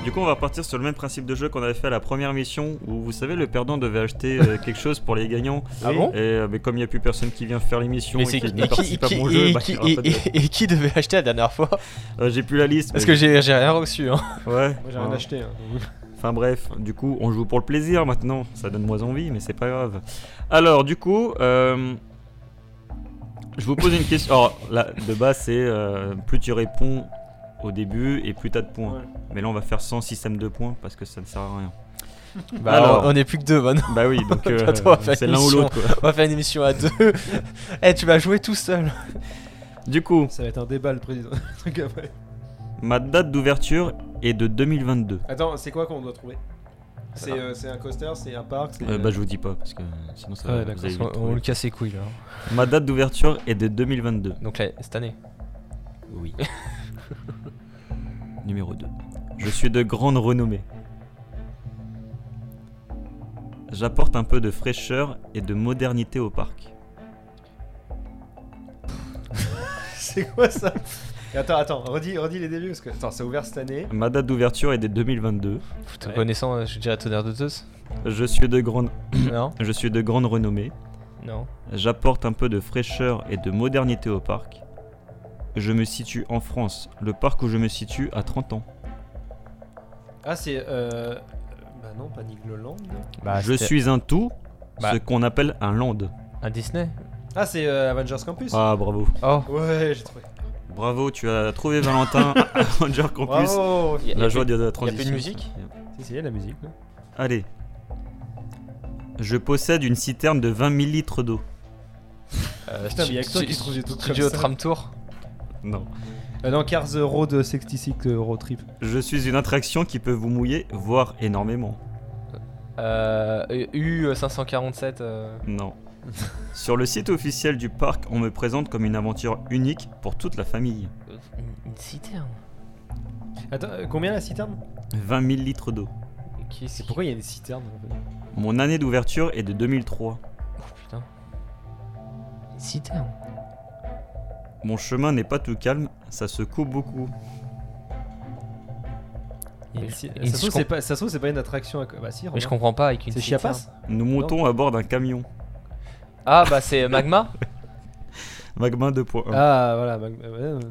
[SPEAKER 5] Du coup, on va partir sur le même principe de jeu qu'on avait fait à la première mission où, vous savez, le perdant devait acheter euh, quelque chose pour les gagnants.
[SPEAKER 4] Oui.
[SPEAKER 6] Ah bon
[SPEAKER 5] Et euh, mais comme il n'y a plus personne qui vient faire l'émission
[SPEAKER 6] Mais
[SPEAKER 5] et
[SPEAKER 6] c'est
[SPEAKER 5] qui
[SPEAKER 6] qui,
[SPEAKER 5] ne
[SPEAKER 6] et qui,
[SPEAKER 5] participe à
[SPEAKER 6] qui-
[SPEAKER 5] mon jeu,
[SPEAKER 6] et
[SPEAKER 5] bah,
[SPEAKER 6] qui-
[SPEAKER 5] il y aura
[SPEAKER 6] et-
[SPEAKER 5] pas de-
[SPEAKER 6] et- et qui devait acheter la dernière fois
[SPEAKER 5] Euh, j'ai plus la liste.
[SPEAKER 6] Parce
[SPEAKER 5] mais-
[SPEAKER 6] que j'ai j'ai rien reçu. hein.
[SPEAKER 5] ouais.
[SPEAKER 4] Moi j'ai rien
[SPEAKER 5] Ouais.
[SPEAKER 4] acheté. hein.
[SPEAKER 5] Enfin bref, du coup, on joue pour le plaisir maintenant. Ça donne moins envie, mais c'est pas grave. Alors, du coup, euh, je vous pose une question. Alors, là, de base, c'est euh, plus tu réponds au début et plus t'as de points.
[SPEAKER 4] Ouais.
[SPEAKER 5] Mais là, on va faire sans système de points parce que ça ne sert à rien.
[SPEAKER 6] Bah,
[SPEAKER 5] Alors.
[SPEAKER 6] on est plus que deux, bah non,
[SPEAKER 5] Bah oui, donc euh,
[SPEAKER 6] Attends, on va faire
[SPEAKER 5] c'est
[SPEAKER 6] une
[SPEAKER 5] l'un ou
[SPEAKER 6] mission.
[SPEAKER 5] l'autre. quoi.
[SPEAKER 6] on va faire une émission à deux. Eh, tu vas jouer tout seul.
[SPEAKER 5] Du coup,
[SPEAKER 4] Ça va être un débat le président. le truc après.
[SPEAKER 5] ma date d'ouverture est de 2022.
[SPEAKER 4] Attends, c'est quoi qu'on doit trouver C'est euh, c'est un coaster, c'est un parc c'est-
[SPEAKER 5] Euh, bah je vous dis pas parce que sinon ça va. vous allez vite
[SPEAKER 6] on, on
[SPEAKER 5] trouver.
[SPEAKER 6] le casse les couilles là.
[SPEAKER 5] Ma date d'ouverture est de 2022.
[SPEAKER 6] Donc là, cette année.
[SPEAKER 5] Oui. Numéro 2. Je suis de grande renommée. J'apporte un peu de fraîcheur et de modernité au parc.
[SPEAKER 4] C'est quoi ça Et Attends, attends, redis, redis les débuts parce que attends, c'est ouvert cette année.
[SPEAKER 5] Ma date d'ouverture est de 2022.
[SPEAKER 6] Te
[SPEAKER 4] Ouais.
[SPEAKER 6] connaissant, euh, je dirais tonnerre de Zeus.
[SPEAKER 5] Je suis de grande,
[SPEAKER 6] non
[SPEAKER 5] je suis de grande renommée.
[SPEAKER 6] Non.
[SPEAKER 5] J'apporte un peu de fraîcheur et de modernité au parc. je me situe en France. Le parc où je me situe a 30 ans.
[SPEAKER 4] Ah, c'est. Euh... Bah non, pas Nigloland.
[SPEAKER 6] Bah,
[SPEAKER 5] je
[SPEAKER 6] c'était
[SPEAKER 5] suis un tout,
[SPEAKER 6] Bah.
[SPEAKER 5] ce qu'on appelle un land.
[SPEAKER 6] Un Disney
[SPEAKER 4] Ah, c'est euh, Avengers Campus
[SPEAKER 5] Ah, bravo.
[SPEAKER 6] Oh
[SPEAKER 4] Ouais, j'ai trouvé.
[SPEAKER 5] Bravo, tu as trouvé Valentin à Ranger Campus.
[SPEAKER 4] Bravo
[SPEAKER 6] Y a- y
[SPEAKER 5] La
[SPEAKER 6] a
[SPEAKER 5] joie
[SPEAKER 6] plus-
[SPEAKER 5] de la transition.
[SPEAKER 6] plus de musique
[SPEAKER 4] Si, si, la musique. ouais.
[SPEAKER 5] Allez. Je possède une citerne de 20 000 litres d'eau.
[SPEAKER 6] euh,
[SPEAKER 4] Putain, mais y a que toi
[SPEAKER 6] stu-
[SPEAKER 4] qui trouve des trucs
[SPEAKER 6] Studio
[SPEAKER 4] comme ça.
[SPEAKER 6] Tram Tour
[SPEAKER 5] Non.
[SPEAKER 4] Euh, non, Cars Road 66 euh, Road Trip.
[SPEAKER 5] Je suis une attraction qui peut vous mouiller, voire énormément.
[SPEAKER 6] euh, U547. euh,
[SPEAKER 5] Non. Sur le site officiel du parc, on me présente comme une aventure unique pour toute la famille.
[SPEAKER 6] Une, une citerne
[SPEAKER 4] Attends, euh, combien la citerne
[SPEAKER 5] 20 000 litres d'eau.
[SPEAKER 6] Qu'est-ce
[SPEAKER 4] C'est pourquoi il y a une citerne en fait
[SPEAKER 5] Mon année d'ouverture est de 2003.
[SPEAKER 6] Oh putain. Une citerne
[SPEAKER 5] Mon chemin n'est pas tout calme, ça secoue beaucoup.
[SPEAKER 6] Mais
[SPEAKER 4] Une
[SPEAKER 6] je-
[SPEAKER 4] ci-
[SPEAKER 6] mais
[SPEAKER 4] Ça se
[SPEAKER 6] je
[SPEAKER 4] trouve,
[SPEAKER 6] com-
[SPEAKER 4] c'est pas- ça se trouve, c'est pas une attraction. à co- Bah si,
[SPEAKER 6] Mais je
[SPEAKER 4] remarque.
[SPEAKER 6] comprends pas avec une
[SPEAKER 4] C'est
[SPEAKER 6] citerne.
[SPEAKER 4] Chiapas
[SPEAKER 5] Nous montons à bord d'un camion.
[SPEAKER 6] Ah bah c'est Magma
[SPEAKER 5] Magma 2.1.
[SPEAKER 4] Ah, voilà. bah, euh, ouais.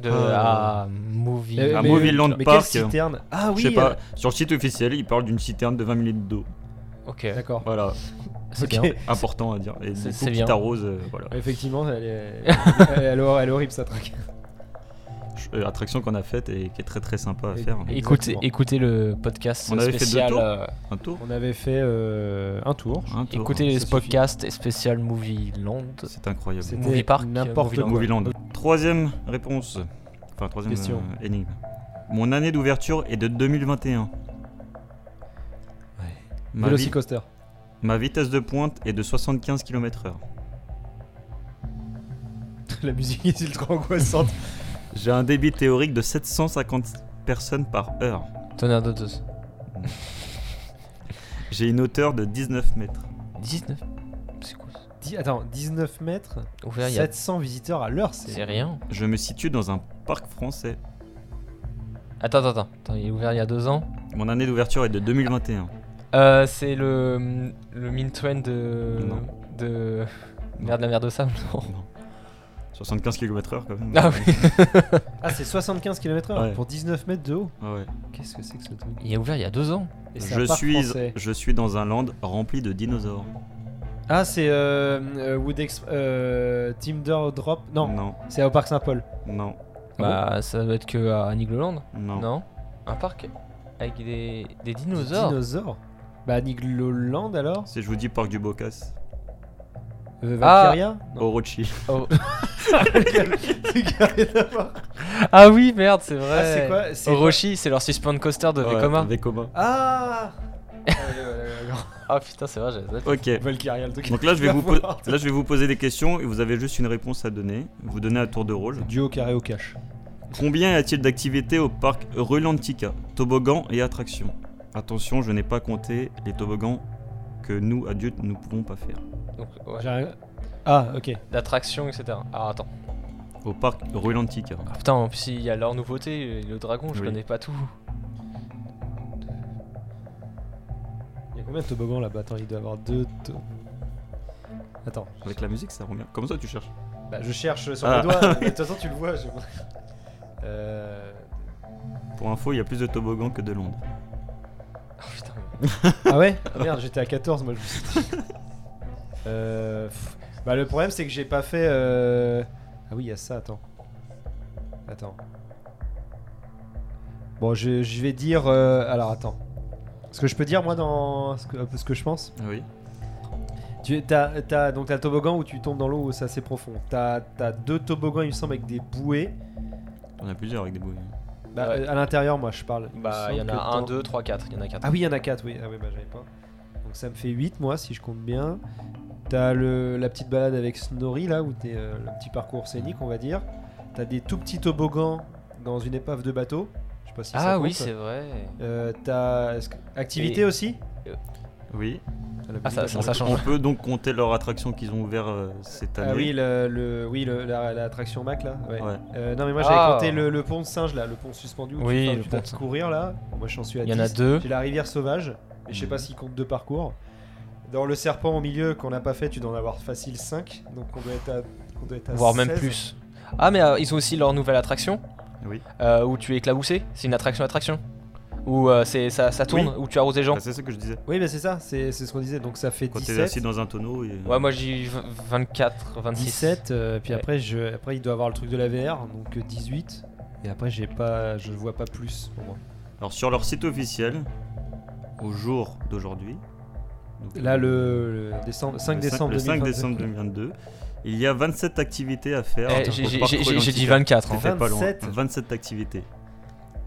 [SPEAKER 6] de
[SPEAKER 5] Ah.
[SPEAKER 6] ah, Movie.
[SPEAKER 4] Euh,
[SPEAKER 5] Un
[SPEAKER 4] mais-
[SPEAKER 5] mobile land
[SPEAKER 4] mais
[SPEAKER 5] park.
[SPEAKER 4] Quelle citerne Ah oui
[SPEAKER 5] Je sais
[SPEAKER 6] euh,
[SPEAKER 5] pas, sur le site officiel, il parle d'une citerne de 20 000 litres d'eau.
[SPEAKER 6] Ok,
[SPEAKER 4] euh, D'accord.
[SPEAKER 5] Voilà,
[SPEAKER 6] c'est
[SPEAKER 4] Ok.
[SPEAKER 6] bien.
[SPEAKER 5] important à dire. Et du
[SPEAKER 6] C'est-
[SPEAKER 5] coup,
[SPEAKER 6] c'est
[SPEAKER 5] qui
[SPEAKER 6] bien.
[SPEAKER 5] t'arrose, euh, voilà.
[SPEAKER 4] Effectivement, elle est, elle, est hor- elle est horrible sa traque.
[SPEAKER 5] Ch- euh, Attraction qu'on a faite et qui est très très sympa à
[SPEAKER 4] Et-
[SPEAKER 5] faire.
[SPEAKER 4] et-
[SPEAKER 6] Écoutez,
[SPEAKER 4] Exactement.
[SPEAKER 6] écoutez le podcast
[SPEAKER 5] On avait fait deux
[SPEAKER 6] spécial.
[SPEAKER 5] tours.
[SPEAKER 6] euh,
[SPEAKER 5] Un tour
[SPEAKER 4] On avait fait euh, un tour.
[SPEAKER 5] Un tour.
[SPEAKER 6] écoutez
[SPEAKER 4] Ça
[SPEAKER 6] ce
[SPEAKER 4] suffit.
[SPEAKER 6] podcast spécial Movie Land.
[SPEAKER 5] C'est incroyable.
[SPEAKER 4] C'était
[SPEAKER 6] Movie Park,
[SPEAKER 4] n'importe
[SPEAKER 6] Movie
[SPEAKER 4] quoi.
[SPEAKER 6] Land.
[SPEAKER 5] Movie Land. Troisième réponse. Enfin, troisième
[SPEAKER 4] Question.
[SPEAKER 5] euh, énigme. Mon année d'ouverture est de 2021. Ma, vi-
[SPEAKER 4] Velocicoaster.
[SPEAKER 5] ma vitesse de pointe est de 75 km/h.
[SPEAKER 4] La musique est ultra angoissante.
[SPEAKER 5] J'ai un débit théorique de 750 personnes par heure.
[SPEAKER 6] Tonnerre de Zeus.
[SPEAKER 5] J'ai une hauteur de 19 mètres.
[SPEAKER 6] 19 C'est quoi ça
[SPEAKER 4] Dix- Attends, 19 mètres,
[SPEAKER 6] Ouvert il y a.
[SPEAKER 4] 700 visiteurs à l'heure,
[SPEAKER 6] C'est
[SPEAKER 4] c'est.
[SPEAKER 6] rien.
[SPEAKER 5] Je me situe dans un parc français.
[SPEAKER 6] Attends, attends, attends. Attends, Il est ouvert il y a deux ans.
[SPEAKER 5] Mon année d'ouverture est de 2021.
[SPEAKER 6] Euh, c'est le. Le Min Train de.
[SPEAKER 5] Non.
[SPEAKER 6] De. Merde, la mer de sable.
[SPEAKER 4] Oh.
[SPEAKER 6] non.
[SPEAKER 5] 75 km/h quand même.
[SPEAKER 6] Ah oui.
[SPEAKER 4] Ah, c'est 75 km/h
[SPEAKER 5] Ouais.
[SPEAKER 4] pour 19 mètres de haut.
[SPEAKER 5] Ah ouais.
[SPEAKER 4] Qu'est-ce que c'est que ce truc
[SPEAKER 6] Il est ouvert il y a deux ans.
[SPEAKER 4] Et c'est un
[SPEAKER 5] Je
[SPEAKER 4] parc
[SPEAKER 5] suis,
[SPEAKER 4] français.
[SPEAKER 5] je suis dans un land rempli de dinosaures.
[SPEAKER 4] Ah, c'est euh, euh, Wood Ex- euh, Timber Drop. Non,
[SPEAKER 5] non,
[SPEAKER 4] c'est au parc Saint-Paul.
[SPEAKER 5] non,
[SPEAKER 4] Ah
[SPEAKER 6] bah, ça doit être que à Nigloland.
[SPEAKER 5] non.
[SPEAKER 6] Non Un parc avec des, des dinosaures
[SPEAKER 4] Dinosaure Bah, Nigloland alors
[SPEAKER 5] Si je vous dis parc du Bocas,
[SPEAKER 4] Euh,
[SPEAKER 6] Ah.
[SPEAKER 4] Valkyria Non.
[SPEAKER 5] Orochi.
[SPEAKER 4] C'est carré d'abord.
[SPEAKER 6] Ah oui, merde, c'est vrai.
[SPEAKER 4] Ah, c'est quoi C'est
[SPEAKER 6] Orochi, c'est leur suspend coaster de
[SPEAKER 5] Ouais,
[SPEAKER 6] Vekoma.
[SPEAKER 5] Vekoma.
[SPEAKER 4] Ah
[SPEAKER 6] Ah putain, c'est vrai, j'avais ça.
[SPEAKER 5] Ok.
[SPEAKER 4] Valkyria, le truc.
[SPEAKER 5] Donc là je, vais
[SPEAKER 4] Tu
[SPEAKER 5] vous
[SPEAKER 4] vas
[SPEAKER 5] po-
[SPEAKER 4] voir.
[SPEAKER 5] là, je vais vous poser des questions et vous avez juste une réponse à donner. Vous donnez à tour de rôle.
[SPEAKER 4] Duo carré au cash.
[SPEAKER 5] Combien y a-t-il d'activités au parc Rulantica Toboggans et attractions. Attention, je n'ai pas compté les toboggans que nous, adultes, nous pouvons pas faire.
[SPEAKER 6] Donc, ouais,
[SPEAKER 4] J'ai rien- Ah, ok.
[SPEAKER 6] D'attraction, etc. Ah, attends.
[SPEAKER 5] Au parc Rulantica.
[SPEAKER 6] Ah, putain, en plus, il y a leur nouveauté, le dragon, je
[SPEAKER 5] Oui.
[SPEAKER 6] connais pas tout.
[SPEAKER 4] Il y a combien de toboggans là-bas Attends, il doit y avoir deux. to- Attends,
[SPEAKER 5] Avec la musique, ça rend bien. Comme ça, tu cherches.
[SPEAKER 4] bah, je cherche sur
[SPEAKER 5] Ah.
[SPEAKER 4] les doigts, mais de toute façon tu le vois. je- Euh...
[SPEAKER 5] Pour info, il y a plus de toboggans que de Londres.
[SPEAKER 6] Ah putain.
[SPEAKER 4] Ah ouais Ah Merde, j'étais à 14 moi. Je me suis dit. Euh, pff, Bah, le problème c'est que j'ai pas fait. euh, Ah oui, il y a ça, attends. Attends. Bon, je, je vais dire. euh, Alors, attends. Ce que je peux dire moi dans. Ce que, un peu ce que je pense
[SPEAKER 5] Ah Oui.
[SPEAKER 4] Tu as, donc t'as le toboggan où tu tombes dans l'eau, c'est assez profond. T'as as deux toboggans, il me semble, avec des bouées.
[SPEAKER 5] On a plusieurs avec des bouées. hein.
[SPEAKER 4] Bah,
[SPEAKER 6] Ouais.
[SPEAKER 4] euh, à l'intérieur, moi, je parle. Il me
[SPEAKER 6] Bah, il y en
[SPEAKER 4] semble que
[SPEAKER 6] a un,
[SPEAKER 4] dans-
[SPEAKER 6] deux, trois, quatre. Il y en a quatre.
[SPEAKER 4] Ah oui, il y en a quatre, oui. Ah oui, bah j'avais pas. Donc ça me fait 8, moi, si je compte bien. T'as le- la petite balade avec Snorri, là, où t'es euh, le petit parcours scénique, on va dire. T'as des tout petits toboggans dans une épave de bateau. Je sais pas si ça
[SPEAKER 6] Ah oui,
[SPEAKER 4] compte.
[SPEAKER 6] c'est vrai.
[SPEAKER 4] Euh, t'as est-ce que- activité
[SPEAKER 6] Et-
[SPEAKER 4] aussi
[SPEAKER 5] Oui.
[SPEAKER 6] Ah, ça- ça-
[SPEAKER 5] on,
[SPEAKER 6] ça change.
[SPEAKER 5] on peut donc compter leurs attractions qu'ils ont ouvertes euh, cette année.
[SPEAKER 4] Ah oui, le, le- oui le- la- l'attraction Mac là. Ouais.
[SPEAKER 5] Ouais.
[SPEAKER 4] Euh, non mais moi j'avais
[SPEAKER 6] Ah.
[SPEAKER 4] compté le, le pont de singe là, le pont suspendu où
[SPEAKER 6] Oui,
[SPEAKER 4] tu,
[SPEAKER 6] le
[SPEAKER 4] tu
[SPEAKER 6] pont
[SPEAKER 4] dois
[SPEAKER 6] de singe.
[SPEAKER 4] courir là. Bon, moi j'en suis à
[SPEAKER 6] Il y en a
[SPEAKER 4] 10.
[SPEAKER 6] deux. Mm.
[SPEAKER 4] J'ai la rivière sauvage, mais je sais pas s'il compte deux parcours. Dans le serpent au milieu qu'on n'a pas fait, tu dois en avoir facile 5, donc on doit être à, on doit être à
[SPEAKER 6] Voire même
[SPEAKER 4] 16.
[SPEAKER 6] plus. Ah, mais euh, ils ont aussi leur nouvelle attraction.
[SPEAKER 5] Oui.
[SPEAKER 6] euh, où tu es éclaboussé. C'est une attraction-attraction. Où euh, c'est, ça, ça tourne,
[SPEAKER 5] Oui.
[SPEAKER 6] où tu arroses les gens.
[SPEAKER 5] Ah, c'est ça que je disais.
[SPEAKER 4] Oui, mais c'est ça, c'est c'est ce qu'on disait. Donc ça fait
[SPEAKER 5] Quand t'es
[SPEAKER 4] 17.
[SPEAKER 5] assis dans un tonneau et. euh,
[SPEAKER 6] Ouais, moi j'ai eu v- Eh, 24, 26.
[SPEAKER 4] 17, euh, puis
[SPEAKER 6] Ouais.
[SPEAKER 4] après, je, après il doit avoir le truc de la VR, donc euh, 18. Et après, j'ai pas, je vois pas plus pour moi.
[SPEAKER 5] Alors sur leur site officiel, au jour d'aujourd'hui. donc, euh,
[SPEAKER 4] Là, le, le décembre, 5
[SPEAKER 5] le
[SPEAKER 4] décembre
[SPEAKER 5] le 5
[SPEAKER 4] 2022.
[SPEAKER 5] décembre 2022, il y a 27 activités à faire.
[SPEAKER 6] Eh,
[SPEAKER 5] pour
[SPEAKER 6] j'ai, j'ai-
[SPEAKER 5] parcourir
[SPEAKER 6] j'ai- j'ai dit
[SPEAKER 5] l'Antica.
[SPEAKER 6] 24. hein.
[SPEAKER 5] Ça fait pas loin.
[SPEAKER 4] 27.
[SPEAKER 5] 27 activités.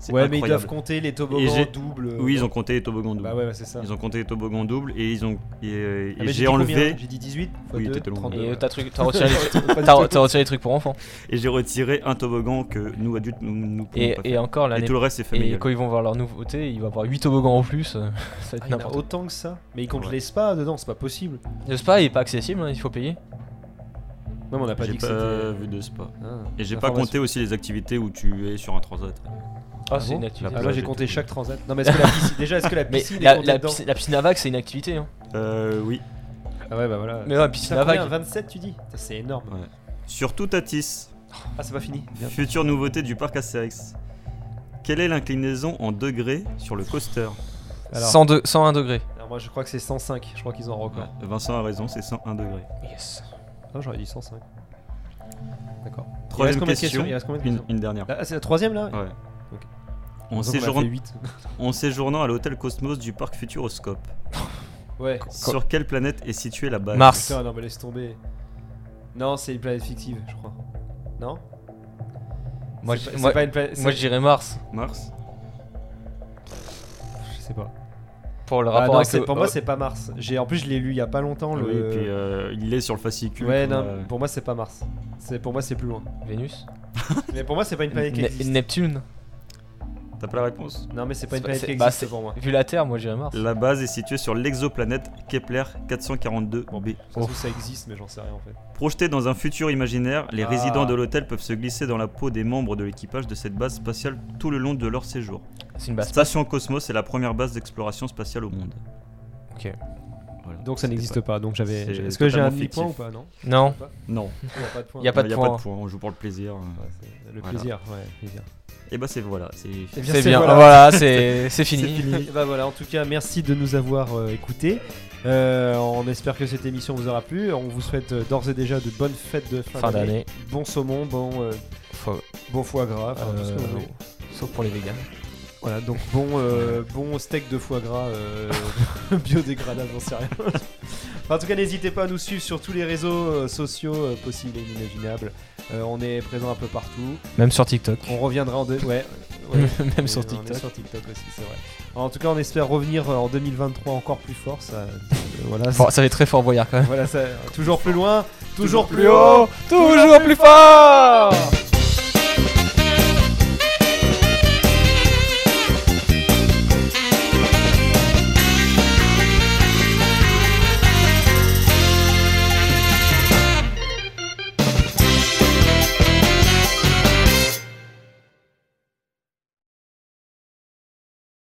[SPEAKER 5] C'est
[SPEAKER 4] Ouais, mais ils
[SPEAKER 5] incroyable.
[SPEAKER 4] doivent compter les
[SPEAKER 5] Et
[SPEAKER 4] toboggans
[SPEAKER 5] j'ai-
[SPEAKER 4] doubles.
[SPEAKER 5] Oui, ils ont compté les toboggans doubles.
[SPEAKER 4] Bah ouais, ouais, c'est ça.
[SPEAKER 5] Ils ont compté les toboggans doubles et ils ont et, euh, et
[SPEAKER 4] Ah, mais
[SPEAKER 5] j'ai
[SPEAKER 4] dit combien,
[SPEAKER 5] enlevé
[SPEAKER 4] hein J'ai dit 18 x
[SPEAKER 5] Oui,
[SPEAKER 4] 2,
[SPEAKER 5] t'étais loin.
[SPEAKER 4] 32.
[SPEAKER 6] Et
[SPEAKER 4] ouais.
[SPEAKER 6] euh, t'as, truc- t'as retiré les trucs.
[SPEAKER 4] Pas du
[SPEAKER 6] T'as,
[SPEAKER 4] tout.
[SPEAKER 6] re- t'as retiré les trucs pour enfants.
[SPEAKER 5] et j'ai retiré un toboggan que nous adultes nous, nous pouvons
[SPEAKER 6] Et,
[SPEAKER 5] pas
[SPEAKER 6] et
[SPEAKER 5] faire.
[SPEAKER 6] encore
[SPEAKER 5] Et
[SPEAKER 6] l'année.
[SPEAKER 5] tout le reste c'est
[SPEAKER 6] Et
[SPEAKER 5] familial.
[SPEAKER 6] quand ils vont voir leur nouveauté, il va y avoir 8 toboggans en plus. euh, ça va
[SPEAKER 4] Ah,
[SPEAKER 6] être
[SPEAKER 4] il y en a
[SPEAKER 6] n'importe quoi.
[SPEAKER 4] autant que ça. Mais ils comptent
[SPEAKER 5] Ouais.
[SPEAKER 4] les spas dedans, c'est pas possible.
[SPEAKER 6] Le spa il est pas accessible, hein, il faut payer.
[SPEAKER 4] Non, mais on a pas
[SPEAKER 5] J'ai
[SPEAKER 4] dit que
[SPEAKER 5] pas
[SPEAKER 4] c'était.
[SPEAKER 5] vu de spa.
[SPEAKER 4] Ah,
[SPEAKER 5] Et j'ai pas compté
[SPEAKER 4] information.
[SPEAKER 5] aussi les activités où tu es sur un transat.
[SPEAKER 6] Ah,
[SPEAKER 4] Ah
[SPEAKER 6] c'est
[SPEAKER 4] bon
[SPEAKER 6] une
[SPEAKER 5] La
[SPEAKER 6] activité.
[SPEAKER 4] Ah,
[SPEAKER 5] plage.
[SPEAKER 4] moi j'ai compté chaque transat. Non, mais est-ce que la piscine, déjà, est-ce que la
[SPEAKER 6] Mais
[SPEAKER 4] piscine est
[SPEAKER 6] la,
[SPEAKER 4] comptée
[SPEAKER 6] la
[SPEAKER 4] dedans
[SPEAKER 6] piscine, la piscine à vagues, c'est une activité. Hein.
[SPEAKER 5] Euh oui.
[SPEAKER 4] Ah, ouais, bah voilà.
[SPEAKER 6] Mais ouais, piscine
[SPEAKER 4] Ça,
[SPEAKER 6] à
[SPEAKER 4] combien,
[SPEAKER 6] vagues.
[SPEAKER 4] 27, tu dis Putain, C'est énorme.
[SPEAKER 5] Sur tout Atis,
[SPEAKER 4] Ah, c'est pas fini.
[SPEAKER 5] future nouveauté du parc Astérix. Quelle est l'inclinaison en degrés sur le coaster
[SPEAKER 6] 100 de- 101 degrés.
[SPEAKER 4] Alors moi je crois que c'est 105, je crois qu'ils ont un record.
[SPEAKER 5] Vincent a raison, c'est 101 degrés.
[SPEAKER 6] Yes.
[SPEAKER 4] Ah j'aurais dit 105. D'accord. Il reste
[SPEAKER 5] Troisième
[SPEAKER 4] combien de questions
[SPEAKER 5] question,
[SPEAKER 4] Il reste combien de
[SPEAKER 5] une,
[SPEAKER 4] questions
[SPEAKER 5] une dernière.
[SPEAKER 4] Là, ah, C'est la troisième là
[SPEAKER 5] Ouais.
[SPEAKER 4] Ok.
[SPEAKER 5] En,
[SPEAKER 4] Donc, on a
[SPEAKER 5] séjourn-
[SPEAKER 4] fait 8.
[SPEAKER 5] en séjournant à l'hôtel Cosmos du parc Futuroscope,
[SPEAKER 4] Ouais.
[SPEAKER 5] sur quelle planète est située la base
[SPEAKER 6] Mars.
[SPEAKER 4] Putain, non mais laisse tomber. Non, c'est une planète fictive, je crois. Non
[SPEAKER 6] Moi,
[SPEAKER 4] C'est
[SPEAKER 6] je-
[SPEAKER 4] pas-
[SPEAKER 6] moi-
[SPEAKER 4] c'est pas une planète.
[SPEAKER 6] Moi je
[SPEAKER 4] c'est-
[SPEAKER 6] dirais Mars.
[SPEAKER 5] Mars
[SPEAKER 4] Je sais pas.
[SPEAKER 6] Pour le
[SPEAKER 4] Ah,
[SPEAKER 6] rapport
[SPEAKER 4] non,
[SPEAKER 6] avec
[SPEAKER 4] c'est-
[SPEAKER 6] le- euh, Ah
[SPEAKER 4] pour moi c'est pas Mars. J'ai En plus je l'ai lu il y a pas longtemps.
[SPEAKER 5] Oui,
[SPEAKER 4] le...
[SPEAKER 5] puis euh, il est sur le fascicule. euh,
[SPEAKER 4] ouais,
[SPEAKER 5] qu'on
[SPEAKER 4] non,
[SPEAKER 6] euh,
[SPEAKER 5] a-
[SPEAKER 4] pour moi c'est pas Mars. C'est- Pour moi c'est plus loin.
[SPEAKER 6] Vénus.
[SPEAKER 4] mais pour moi c'est pas une planète qui
[SPEAKER 6] Ne-
[SPEAKER 4] existe.
[SPEAKER 6] Neptune.
[SPEAKER 5] T'as pas la réponse
[SPEAKER 4] Non mais c'est pas
[SPEAKER 6] C'est
[SPEAKER 4] une
[SPEAKER 6] pas-
[SPEAKER 4] planète qui
[SPEAKER 6] c'est- bah,
[SPEAKER 4] existe
[SPEAKER 6] c'est-
[SPEAKER 4] pour moi.
[SPEAKER 6] Vu la Terre, moi je dirais Mars.
[SPEAKER 5] La base est située sur l'exoplanète Kepler 442b.
[SPEAKER 4] Je pense que ça existe mais j'en sais rien en fait.
[SPEAKER 5] Projetés dans un futur imaginaire, les
[SPEAKER 4] Ah.
[SPEAKER 5] résidents de l'hôtel peuvent se glisser dans la peau des membres de l'équipage de cette base spatiale tout le long de leur séjour.
[SPEAKER 6] C'est une base.
[SPEAKER 5] Bah, Station Cosmos est la première base d'exploration spatiale au monde.
[SPEAKER 6] Ok.
[SPEAKER 5] Voilà.
[SPEAKER 4] Donc ça
[SPEAKER 5] C'était
[SPEAKER 4] n'existe pas. Donc j'avais.
[SPEAKER 5] C'est
[SPEAKER 4] Est-ce que j'ai un
[SPEAKER 5] totalement
[SPEAKER 4] demi-point ou
[SPEAKER 5] fictif.
[SPEAKER 4] pas Non.
[SPEAKER 6] Non.
[SPEAKER 5] Non,
[SPEAKER 4] Il n'y a pas de point.
[SPEAKER 6] Y a
[SPEAKER 5] il
[SPEAKER 6] Pas
[SPEAKER 5] n'y
[SPEAKER 6] de
[SPEAKER 5] a
[SPEAKER 6] point.
[SPEAKER 5] pas de point, on joue pour le plaisir.
[SPEAKER 4] Ouais, c'est le
[SPEAKER 5] Voilà.
[SPEAKER 4] plaisir, ouais, plaisir.
[SPEAKER 5] Et bah c'est voilà, c'est
[SPEAKER 4] Eh
[SPEAKER 6] C'est
[SPEAKER 4] c'est
[SPEAKER 6] bien.
[SPEAKER 4] voilà.
[SPEAKER 6] Voilà, c'est c'est
[SPEAKER 5] c'est
[SPEAKER 6] fini.
[SPEAKER 5] fini.
[SPEAKER 4] Eh ben voilà, en tout cas, merci de nous avoir euh, écoutés. Euh, on espère que cette émission vous aura plu. On vous souhaite euh, d'ores et déjà de bonnes fêtes de fin,
[SPEAKER 6] Fin d'année.
[SPEAKER 4] Bon saumon, bon, euh,
[SPEAKER 6] Faut-
[SPEAKER 4] bon foie gras, enfin, tout ce que vous
[SPEAKER 6] euh,
[SPEAKER 4] voulez.
[SPEAKER 6] Sauf pour les végans.
[SPEAKER 4] Voilà, donc bon, euh, bon steak de foie gras euh, biodégradable, j'en sais rien. Enfin, en tout cas, n'hésitez pas à nous suivre sur tous les réseaux euh, sociaux euh, possibles et inimaginables. Euh, on est présent un peu partout.
[SPEAKER 6] Même sur TikTok.
[SPEAKER 4] On reviendra en deux. Ouais. ouais.
[SPEAKER 6] Même
[SPEAKER 4] Et
[SPEAKER 6] sur
[SPEAKER 4] on est
[SPEAKER 6] TikTok.
[SPEAKER 4] sur TikTok aussi, c'est vrai. En tout cas, on espère revenir euh, en 2023 encore plus fort. Ça, euh, voilà,
[SPEAKER 6] Fort- ça fait très fort boyard quand même.
[SPEAKER 4] voilà, ça- toujours plus loin, toujours,
[SPEAKER 5] Toujours
[SPEAKER 4] plus haut.
[SPEAKER 6] toujours plus fort